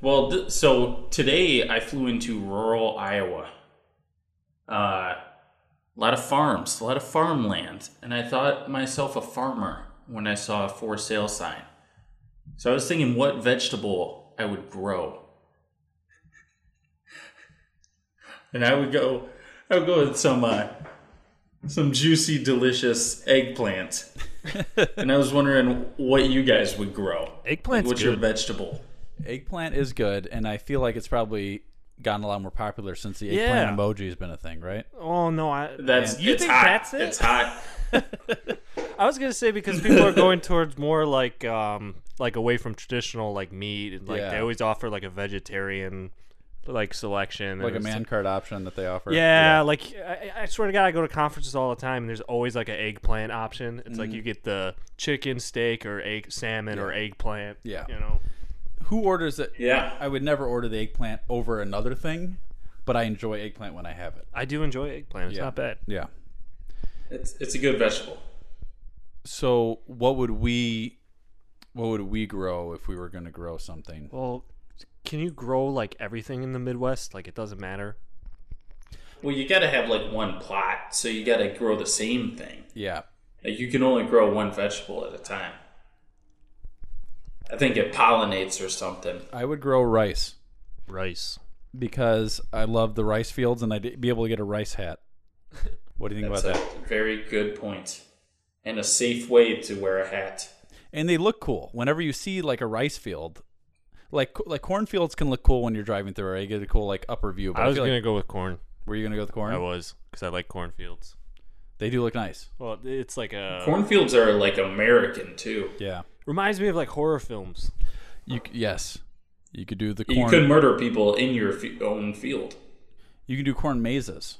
Well, th- so today I flew into rural Iowa. Uh, a lot of farms, a lot of farmland, and I thought myself a farmer when I saw a for sale sign. So I was thinking what vegetable I would grow. And I would go I would go with some uh, some juicy delicious eggplant. and I was wondering what you guys would grow.
Eggplant's
what's your
good.
vegetable?
Eggplant is good, and I feel like it's probably gotten a lot more popular since the
Yeah.
eggplant emoji has been a thing, right?
Oh no, I
That's-
you
it's
think
hot.
that's it?
It's hot.
I was gonna say because people are going towards more like um like away from traditional like meat and like
Yeah.
they always offer like a vegetarian like selection and
Like a
it's-
man card option that they offer.
Yeah, like I, I swear to God, I go to conferences all the time, and there's always like an eggplant option. It's like
Mhm.
you get the chicken steak or egg salmon or eggplant.
Yeah.
you know.
Who orders it?
Yeah.
I would never order the eggplant over another thing, but I enjoy eggplant when I have it.
I do enjoy eggplant. It's
Yeah.
not bad.
Yeah.
It's it's a good vegetable.
So what would we what would we grow if we were going to grow something?
Well, can you grow like everything in the Midwest? Like it doesn't matter.
Well, you gotta have like one plot, so you gotta grow the same thing.
Yeah.
Like you can only grow one vegetable at a time. I think it pollinates or something.
I would grow rice
Rice.
because I love the rice fields and I'd be able to get a rice hat. What do you think
That's
about
a
that?
very good point, and a safe way to wear a hat.
And they look cool. Whenever you see like a rice field, like like cornfields can look cool when you're driving through, or you get a cool like upper view.
I was
feel like-
gonna go with corn.
Were you gonna go with corn?
I was because I like cornfields.
They do look nice.
Well, it's like a
Cornfields are like American too.
Yeah.
Reminds me of like horror films.
You c- yes, you could do the corn.
You could murder people in your f- own field.
You could do corn mazes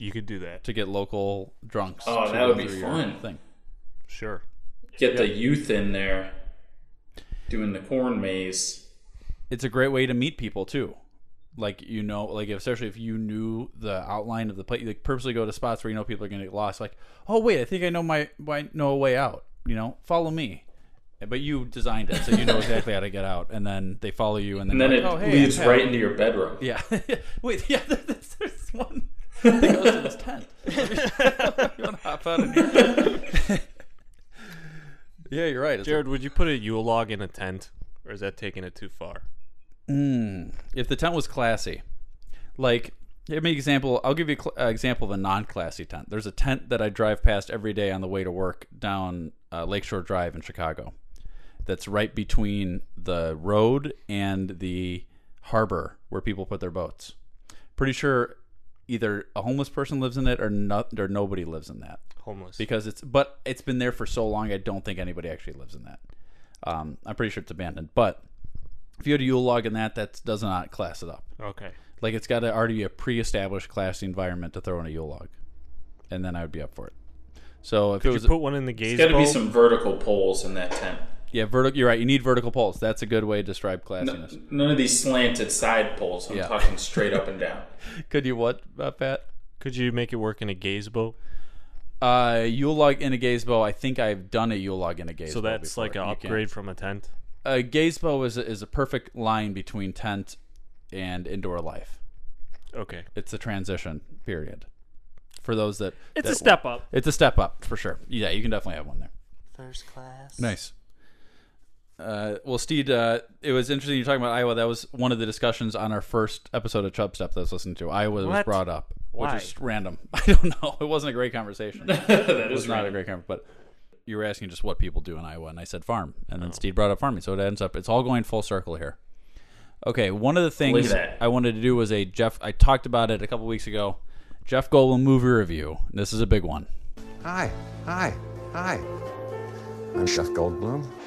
You could do that
to get local drunks.
Oh,
to
that would
go
be
through your
fun.
Thing.
Sure.
Get the youth in there doing the corn maze.
It's a great way to meet people too. Like you know, like especially if you knew the outline of the place, like purposely go to spots where you know people are going to get lost. Like, oh wait, I think I know my, my know a way out. You know, follow me. But you designed it, so you know exactly how to get out, and then they follow you, and then,
And then
you're
it
like, oh, hey,
leads
I'm
right
happy."
into your bedroom.
Yeah. Wait, yeah, there's, there's one that goes to this tent. you want to hop out in here? yeah, you're right. It's
Jared, would you put a Yule log in a tent, or is that taking it too far?
Mm, if the tent was classy, like give me an example. I'll give you an example of a non-classy tent. There's a tent that I drive past every day on the way to work down uh, Lakeshore Drive in Chicago. That's right between the road and the harbor where people put their boats. Pretty sure either a homeless person lives in it or not, or nobody lives in that.
Homeless.
because it's but it's been there for so long. I don't think anybody actually lives in that. Um, I'm pretty sure it's abandoned, but if you had a Yule log in that, that does not class it up.
Okay.
Like it's got to already be a pre-established classy environment to throw in a Yule log, and then I would be up for it. So if
Could
it
you
was
put one in the gaze
There's got to be
bowl?
some vertical poles in that tent.
yeah, vertical. You're right. You need vertical poles. That's a good way to describe
No,
classiness.
none of these slanted side poles. I'm
Yeah.
talking straight up and down.
Could you what, uh, Pat?
Could you make it work in a gaze bow?
Uh, Yule log in a gaze bow. I think I've done a Yule log in a gaze.
So
bow
that's
before.
like an
You can.
upgrade from a tent.
a gaze bow is a, is a perfect line between tent and indoor life.
Okay.
It's a transition period for those that.
It's a
that-
step up.
It's a step up for sure. Yeah, you can definitely have one there.
First class.
Nice. Uh, well, Steed, uh, it was interesting you talking about Iowa. That was one of the discussions on our first episode of Chub Step that I was listening to. Iowa was
What?
brought up,
Why?
which is random. I don't know. It wasn't a great conversation. it was
is
not a
random.
great conversation. But you were asking just what people do in Iowa, and I said farm, and
Oh.
then Steed brought up farming. So it ends up it's all going full circle here. Okay, one of the
Look at
things
that.
I wanted to do was a Jeff. I talked about it a couple weeks ago. Jeff Goldblum movie review. This is a big one.
Hi, hi, hi.
I'm Jeff Goldblum.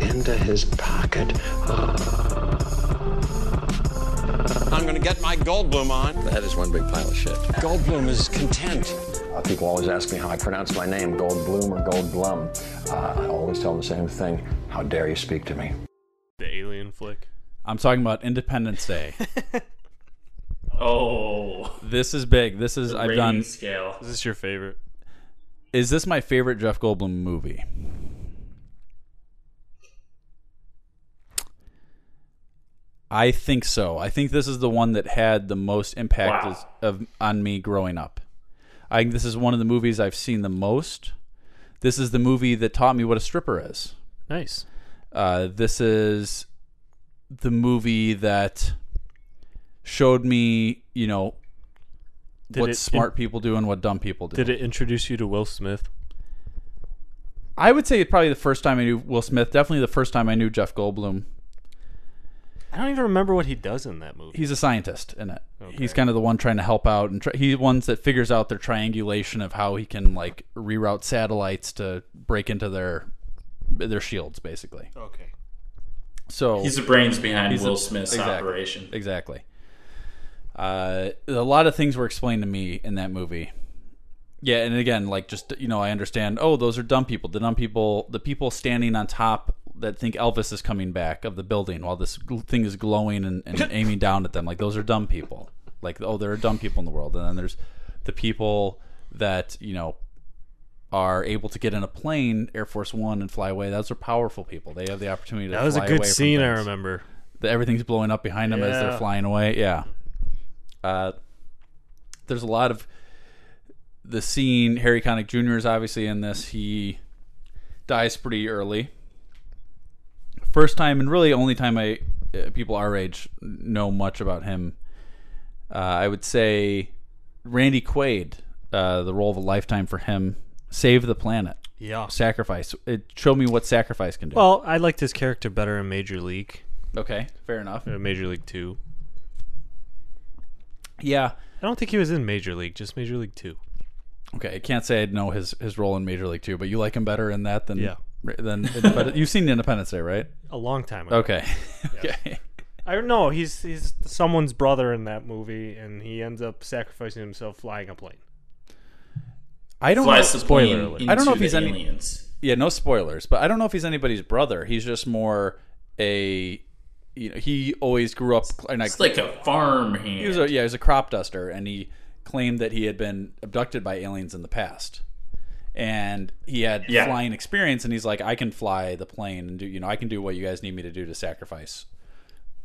into his pocket.
I'm gonna get my Goldblum on.
That is one big pile of shit.
Goldblum is content.
Uh, people always ask me how I pronounce my name, Goldblum or Goldblum. Uh, I always tell them the same thing. How dare you speak to me?
The alien flick.
I'm talking about Independence Day.
oh,
this is big. This is
The
I've
rating
done.
scale.
Is this your favorite?
Is this my favorite Jeff Goldblum movie? I think so. I think this is the one that had the most impact
Wow.
is- of on me growing up. I think this is one of the movies I've seen the most. This is the movie that taught me what a stripper is.
Nice.
Uh, this is the movie that showed me, you know,
Did
what
it-
smart people do and what dumb people do.
Did it introduce you to Will Smith?
I would say probably the first time I knew Will Smith. Definitely the first time I knew Jeff Goldblum.
I don't even remember what he does in that movie.
He's a scientist in it. He's kind of the one trying to help out, and try he's the ones that figures out their triangulation of how he can like reroute satellites to break into their their shields, basically.
Oh.
Okay.
So
He's the brains behind
he's
Will Smith's operation.
Exactly. Uh, a lot of things were explained to me in that movie. Yeah, and again, like just you know, I understand. Oh, those are dumb people. The dumb people, the people standing on top that think Elvis is coming back of the building while this gl- thing is glowing and, and aiming down at them. Like those are dumb people. Like oh, there are dumb people in the world. And then there's the people that you know are able to get in a plane, Air Force One, and fly away. Those are powerful people. They have the opportunity to.
That was a
fly
good
away from
scene, I
things.
remember.
The, everything's blowing up behind them as
Yeah.
they're flying away. Yeah. Uh, there's a lot of the scene. Harry Connick Jr. is obviously in this. He dies pretty early. First time and really only time I uh, people our age know much about him. Uh, I would say Randy Quaid, uh, the role of a lifetime for him, save the planet.
Yeah.
sacrifice. It showed me what sacrifice can do.
Well, I liked his character better in Major League.
Okay, fair enough.
Uh, Major League Two.
Yeah.
I don't think he was in Major League, just Major League Two.
Okay, I can't say I know his his role in Major League Two, but you like him better in that than
Yeah.
Than Independence- you've seen Independence Day, right?
A long time ago.
Okay.
Yeah.
okay.
I don't know. He's he's someone's brother in that movie, and he ends up sacrificing himself flying a plane.
I don't
Flies
know.
the plane
I don't know
into
if he's
the
any.
aliens.
Yeah, no spoilers, but I don't know if he's anybody's brother. He's just more a. You know, he always grew up.
It's like a farm hand.
He was a, yeah, he was a crop duster, and he claimed that he had been abducted by aliens in the past, and he had
Yeah.
flying experience. And he's like, I can fly the plane, and do you know, I can do what you guys need me to do to sacrifice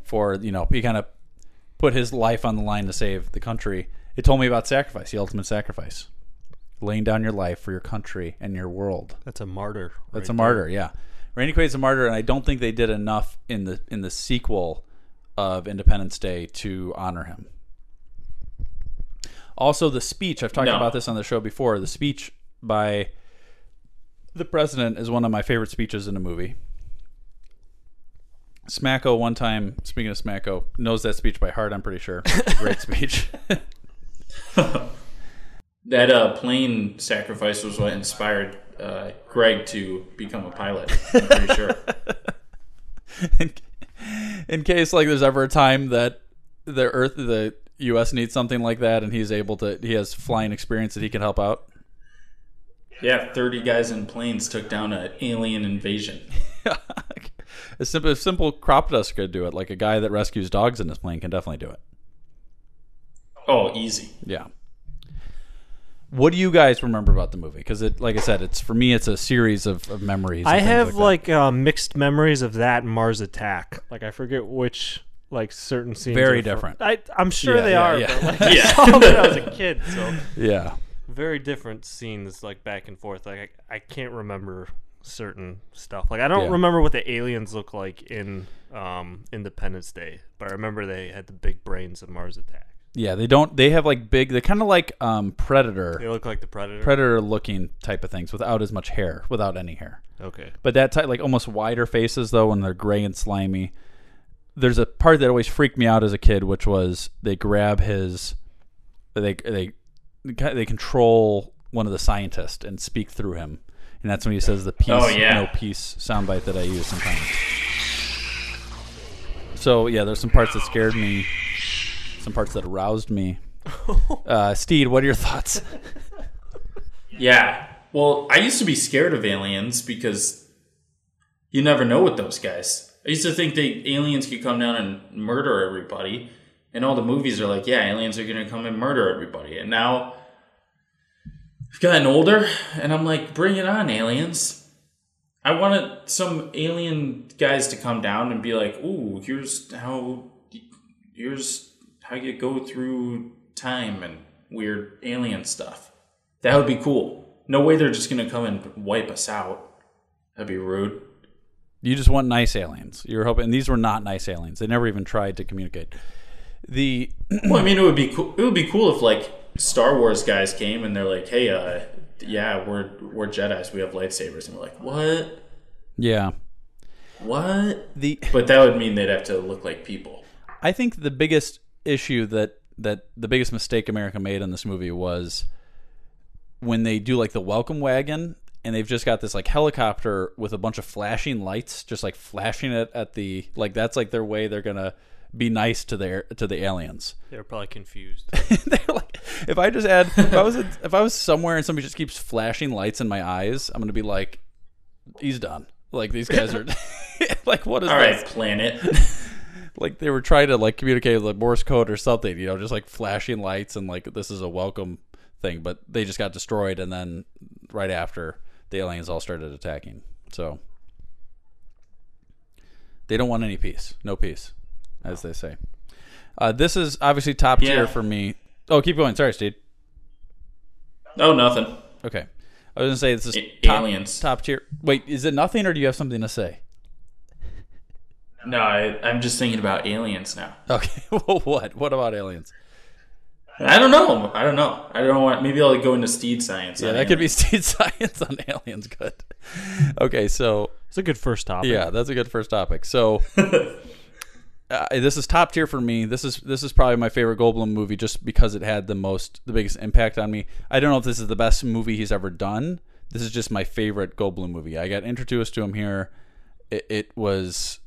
for you know. He kind of put his life on the line to save the country. It told me about sacrifice, the ultimate sacrifice, laying down your life for your country and your world.
That's a martyr.
That's
right
a martyr, yeah. Randy Quaid's a martyr, and I don't think they did enough in the in the sequel of Independence Day to honor him. Also, the speech I've talked
No.
about this on the show before. The speech by the president is one of my favorite speeches in a movie. Smacko, one time speaking of Smacko, knows that speech by heart. I'm pretty sure. Great speech.
That uh, plane sacrifice was what inspired uh, Greg to become a pilot. I'm pretty sure.
in case like there's ever a time that the earth the us needs something like that and he's able to he has flying experience that he can help out
Yeah, 30 guys in planes took down an alien invasion.
a simple, a simple crop dust could do it like a guy that rescues dogs in his plane can definitely do it
Oh, easy.
yeah what do you guys remember about the movie because it like i said it's for me it's a series of, of memories
I
and things
have
like
like, uh, mixed memories of that and Mars Attack. Like I forget which like certain scenes.
Very
are fr-
different.
I I'm sure
Yeah,
they
yeah,
are.
yeah.
But, like, I
Yeah.
saw them when I was a kid, so
Yeah.
very different scenes like back and forth. Like I, I can't remember certain stuff. Like I don't
Yeah.
remember what the aliens look like in um, Independence Day, but I remember they had the big brains of Mars Attack.
Yeah, they don't. They have like big. They're kind of like um, predator.
They look like the Predator?
Predator looking type of things without as much hair, without any hair.
Okay.
But that type, like almost wider faces though, when they're gray and slimy. There's a part that always freaked me out as a kid, which was they grab his, they they they control one of the scientists and speak through him, and that's when he says the peace
Oh, yeah.
no peace soundbite that I use sometimes. So yeah, there's some parts that scared me, some parts that aroused me. Uh, Steed, what are your thoughts?
Yeah. Well, I used to be scared of aliens because you never know with those guys. I used to think they aliens could come down and murder everybody, and all the movies are like, yeah, aliens are going to come and murder everybody. And now I've gotten older, and I'm like, bring it on, aliens. I wanted some alien guys to come down and be like, ooh, here's how, here's how you go through time and weird alien stuff. That would be cool. No way they're just gonna come and wipe us out. That'd be rude.
You just want nice aliens. You're hoping, and these were not nice aliens. They never even tried to communicate. The
Well, I mean, it would be cool. It would be cool if like Star Wars guys came and they're like, "Hey, uh, yeah, we're we're Jedi's. We have lightsabers," and we're like, "What?
yeah,
What?"
The
but that would mean they'd have to look like people.
I think the biggest issue that that the biggest mistake America made in this movie was when they do like the welcome wagon and they've just got this like helicopter with a bunch of flashing lights just like flashing it at the like that's like their way they're going to be nice to their to the aliens.
They're probably confused.
If I just add, if I was if I was somewhere and somebody just keeps flashing lights in my eyes, I'm gonna be like, he's done. Like these guys are, like what is
All right,
this?
planet.
like they were trying to like communicate with like Morse code or something, you know, just like flashing lights and like this is a welcome thing, but they just got destroyed, and then right after the aliens all started attacking. So they don't want any peace, no peace, as they say. Uh, this is obviously top
Yeah.
tier for me. Oh, keep going. Sorry, Steve.
Oh, nothing.
Okay. I was gonna say this is
A-
top,
aliens.
top tier. Wait, is it nothing, or do you have something to say?
No, I, I'm just thinking about aliens now.
Okay. Well, what? What about aliens?
I don't know. I don't know. I don't want. Maybe I'll go into steed science.
Yeah,
on
that could be
aliens.
state science on aliens. Good. Okay, so
it's a good first topic.
Yeah, that's a good first topic. So uh, this is top tier for me. This is this is probably my favorite Goldblum movie just because it had the most the biggest impact on me. I don't know if this is the best movie he's ever done. This is just my favorite Goldblum movie. I got introduced to him here. It, it was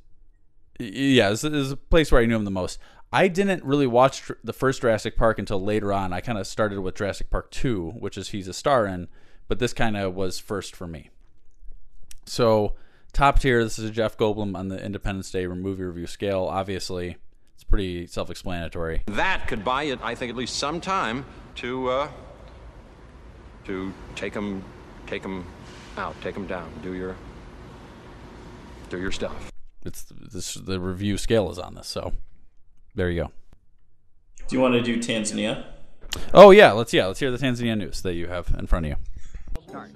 yeah, this is a place where I knew him the most. I didn't really watch Jur- the first Jurassic Park until later on. I kind of started with Jurassic Park 2, which is he's a star in, but this kind of was first for me. So, top tier, this is Jeff Goldblum on the Independence Day movie review scale. Obviously, it's pretty self explanatory.
That could buy it, I think, at least some time to uh, to take them, take 'em out, take them down, do your do your stuff.
It's this the review scale is on this, so there you go.
Do you want to do Tanzania?
Oh yeah, let's yeah, let's hear the Tanzania news that you have in front of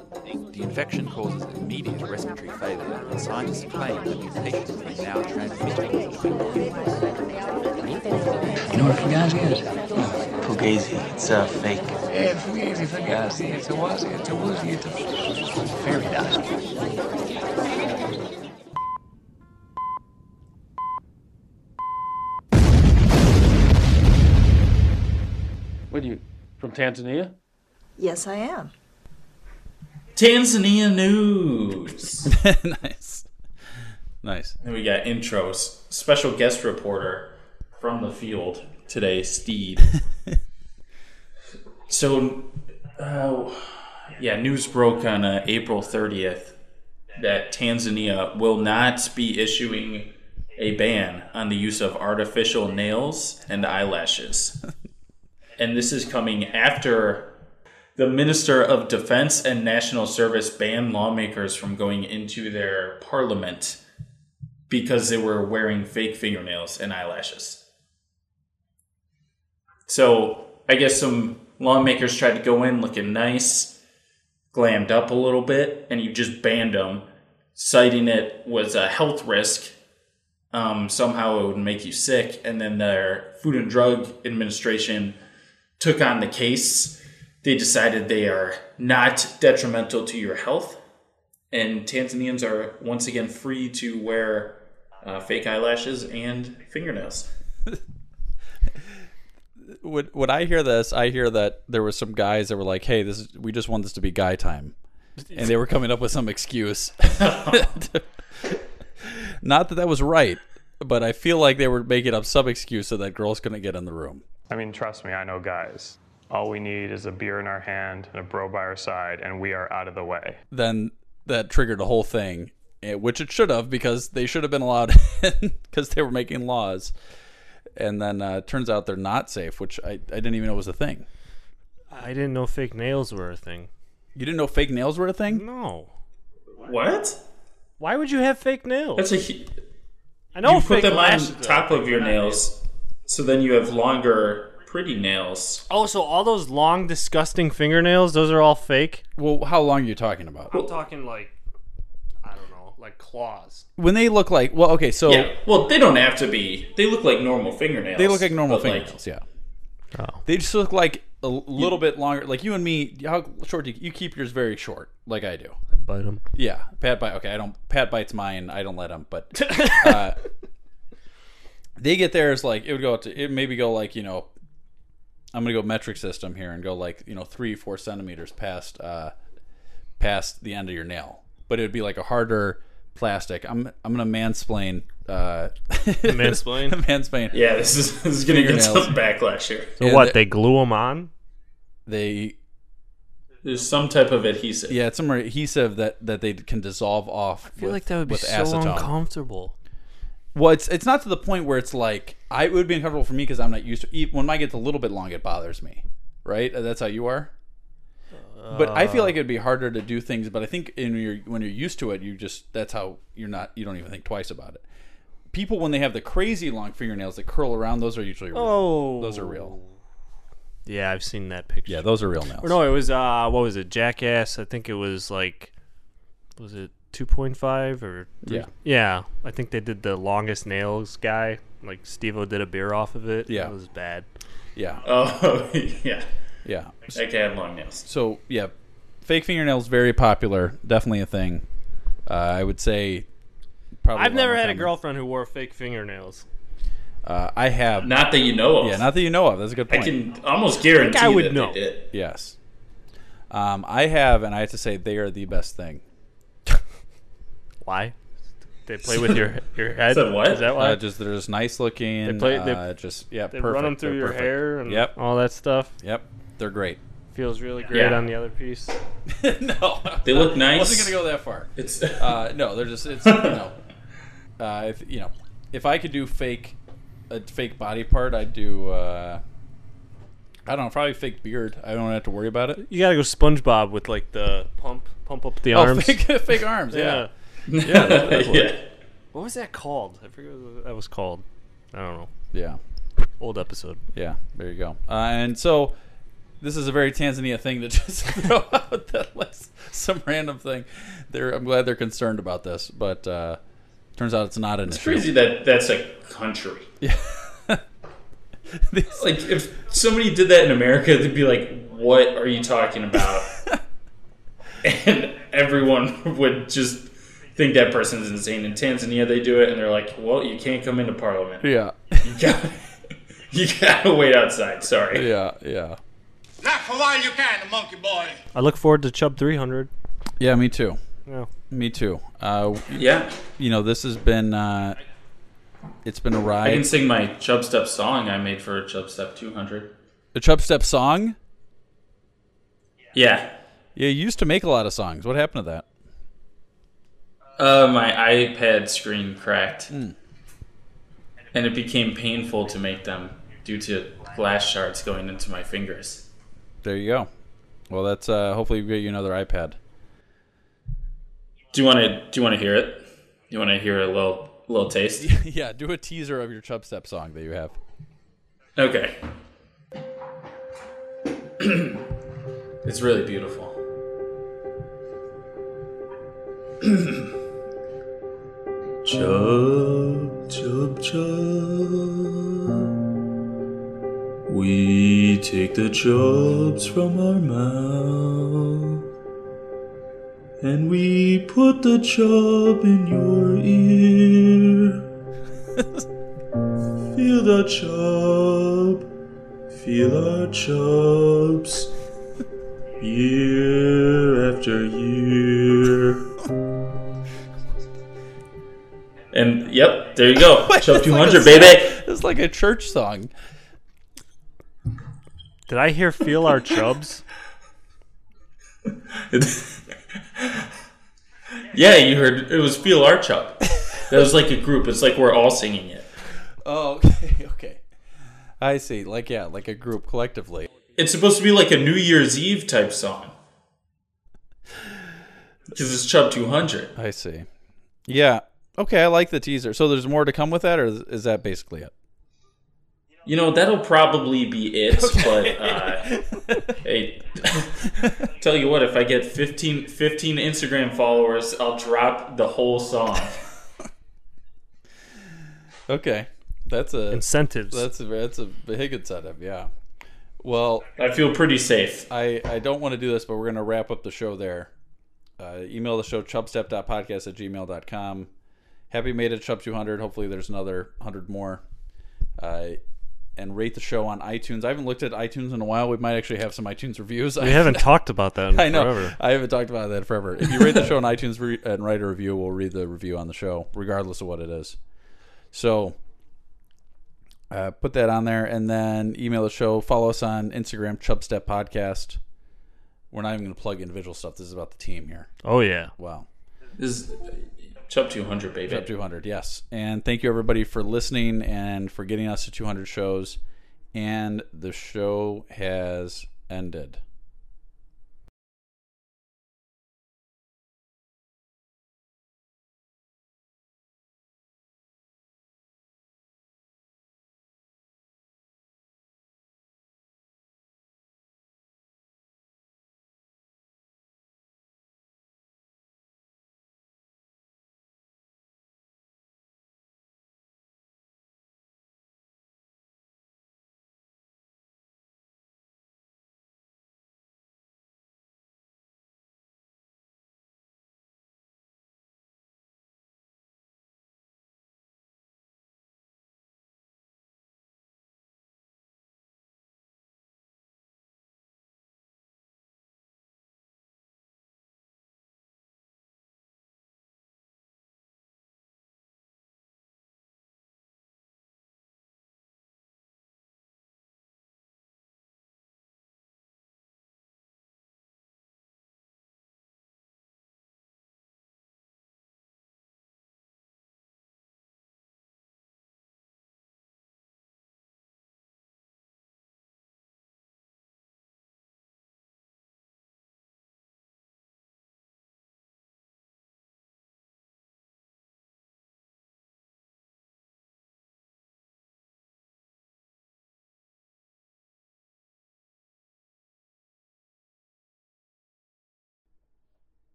you.
The infection causes immediate respiratory failure, and scientists claim that mutations may now transmit.
You know what Fugazi is?
Fugazi, it's a fake.
Yeah, Fugazi, Fugazi, it's a wazi, it's a woozy, it's a fairy dust.
What are you from Tanzania?
Yes, I am.
Tanzania news.
nice. Nice.
And we got intros. Special guest reporter from the field today, Steed. so, uh, yeah, news broke on uh, April 30th that Tanzania will not be issuing a ban on the use of artificial nails and eyelashes. and this is coming after the Minister of Defense and National Service banned lawmakers from going into their parliament because they were wearing fake fingernails and eyelashes. So I guess some lawmakers tried to go in looking nice, glammed up a little bit, and you just banned them, citing it was a health risk. Um, somehow it would make you sick, and then their Food and Drug Administration took on the case. They decided they are not detrimental to your health, and Tanzanians are once again free to wear uh, fake eyelashes and fingernails.
when when I hear this, I hear that there were some guys that were like, "Hey, this is, we just want this to be guy time," and they were coming up with some excuse. Not that that was right, but I feel like they were making up some excuse so that girls couldn't get in the room.
I mean, trust me, I know guys. All we need is a beer in our hand and a bro by our side, and we are out of the way.
Then that triggered a whole thing, eh, which it should have because they should have been allowed because they were making laws. And then uh, turns out they're not safe, which I, I didn't even know was a thing.
I didn't know fake nails were a thing.
You didn't know fake nails were a thing?
No.
What?
Why would you have fake nails?
That's a hu-
I know
you
fake
put them on
lashes are
top
fake
of your nails, so then you have longer, pretty nails.
Oh, so all those long, disgusting fingernails, those are all fake?
Mm-hmm.
Well, how long are you talking about?
I'm talking like, I don't know, like claws.
When they look like well, okay, so
yeah, well, they don't have to be. They look like normal fingernails.
They look like normal
but, like,
fingernails, yeah. They just look like a l- little bit longer. Like you and me, how short do you, you keep yours very short, like I do. I
bite 'em.
Yeah, Pat bite. Okay, I don't. Pat bites mine. I don't let him. But uh, they get theirs like it would go up to it maybe go like you know, I'm gonna go metric system here and go like you know three four centimeters past uh past the end of your nail, but it would be like a harder plastic. I'm I'm gonna mansplain. Uh,
Mansplain?
mansplain.
Yeah, this is this is gonna get
Fingernails.
some backlash here.
So
And
what?
the-
They glue them on?
They
There's some type of adhesive.
Yeah, it's some adhesive that that they can dissolve off.
I feel
with,
like that would be
with
so
acetone.
uncomfortable.
Well, it's it's not to the point where it's like I it would be uncomfortable for me because I'm not used to. e- When mine gets a little bit long, it bothers me. Right? That's how you are. But I feel like it'd be harder to do things. But I think in your when you're used to it, you just that's how you're not. You don't even think twice about it. People when they have the crazy long fingernails that curl around, those are usually real.
Oh.
those are real.
Yeah, I've seen that picture.
Yeah, those are real nails.
Or no, it was uh, what was it? Jackass. I think it was like, was it two point five or three-
Yeah.
yeah? I think they did the longest nails guy. Like Steve-O did a beer off of it.
Yeah.
it was bad.
Yeah.
Oh yeah.
Yeah.
That guy had long nails.
So yeah, fake fingernails very popular, definitely a thing. Uh, I would say probably.
I've
lot
never
more
had a
common.
girlfriend who wore fake fingernails.
Uh, I have.
Not that you know of.
Yeah, not that you know of. That's a good
I
point.
can almost guarantee
I would
that
know.
they did.
Yes. Um, I have, and I have to say they are the best thing.
why? They play with your your head.
Said what?
Is that why?
Uh, just they're just nice looking.
They play- they-
uh, just yeah,
they
perfect.
run 'em through
They're
your
perfect.
hair and
yep,
all that stuff.
Yep, they're great.
Feels really great
Yeah.
on the other piece.
no,
They look
I
nice.
wasn't gonna go that far.
It's-
uh, no, they're just it's you know, uh, if, you know, if I could do fake a fake body part, I'd do. Uh, I don't know, probably fake beard. I don't have to worry about it.
You gotta go SpongeBob with like the pump pump up the
Oh,
arms.
fake, fake arms. Yeah,
Yeah.
that- that's what-
Yeah.
What was that called? I forget what that was called. I don't know.
Yeah.
Old episode.
Yeah, there you go. Uh, and so this is a very Tanzania thing to just throw out that list, some random thing. They're, I'm glad they're concerned about this, but uh, turns out it's not an
It's
issue.
crazy that that's a country.
Yeah.
like if somebody did that in America, they'd be like, "What are you talking about?" and everyone would just think that person's insane. In Tanzania, they do it, and they're like, "Well, you can't come into parliament.
Yeah,
You got you gotta wait outside." Sorry.
yeah, yeah.
Not for while you can, monkey boy.
I look forward to Chubb 300.
Yeah, me too.
Yeah.
Me too. Uh,
Yeah.
You know, this has been, uh, it's been a ride.
I can sing my Chubstep song I made for Chubstep 200.
The Chub Step song?
Yeah.
Yeah, you used to make a lot of songs. What happened to that?
Uh, my iPad screen cracked, and it became painful to make them due to glass shards going into my fingers.
There you go. Well, that's, uh, hopefully we get you another iPad.
Do you want to? Do you want to hear it? You want to hear a little little taste?
yeah, do a teaser of your Chub Step song that you have.
Okay. it's really beautiful.
Chub, chub, chub. We take the chubs from our mouth and we put the chub in your ear. Feel the chub, feel our chubs year after year.
And yep, there you go. Chub
It's like
200,
a-
baby.
It's like a church song.
Did I hear feel our chubs?
Yeah, you heard it was Feel Our Chub. That was like a group. It's like we're all singing it.
Oh, okay, okay. I see. Like yeah, like a group collectively.
It's supposed to be like a New Year's Eve type song. Because it's Chub 200.
I see. Yeah. Okay, I like the teaser. So there's more to come with that, or is- is that basically it?
You know, that'll probably be it, but uh, hey, tell you what, if I get 15, 15 Instagram followers, I'll drop the whole song.
Okay, that's a
Incentives.
That's a that's a big incentive. Yeah. Well,
I feel pretty safe.
I I don't want to do this, but we're gonna wrap up the show there. Uh, email the show chubstep.podcast at gmail.com. Happy made it chub 200. Hopefully there's another hundred more. Uh, and rate the show on iTunes. I haven't looked at iTunes in a while. We might actually have some iTunes reviews.
We haven't talked about that in
I know.
forever.
I haven't talked about that in forever. If you rate the show on iTunes re- and write a review, we'll read the review on the show, regardless of what it is. So uh, put that on there and then email the show. Follow us on Instagram, Chubstep Podcast. We're not even going to plug individual stuff. This is about the team here.
Oh, yeah.
Wow.
This is Chub 200, baby.
Chub 200, yes. And thank you, everybody, for listening and for getting us to 200 shows. And the show has ended.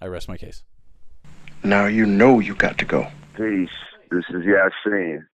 I rest my case.
Now you know you got to go.
Peace. This is Yasin.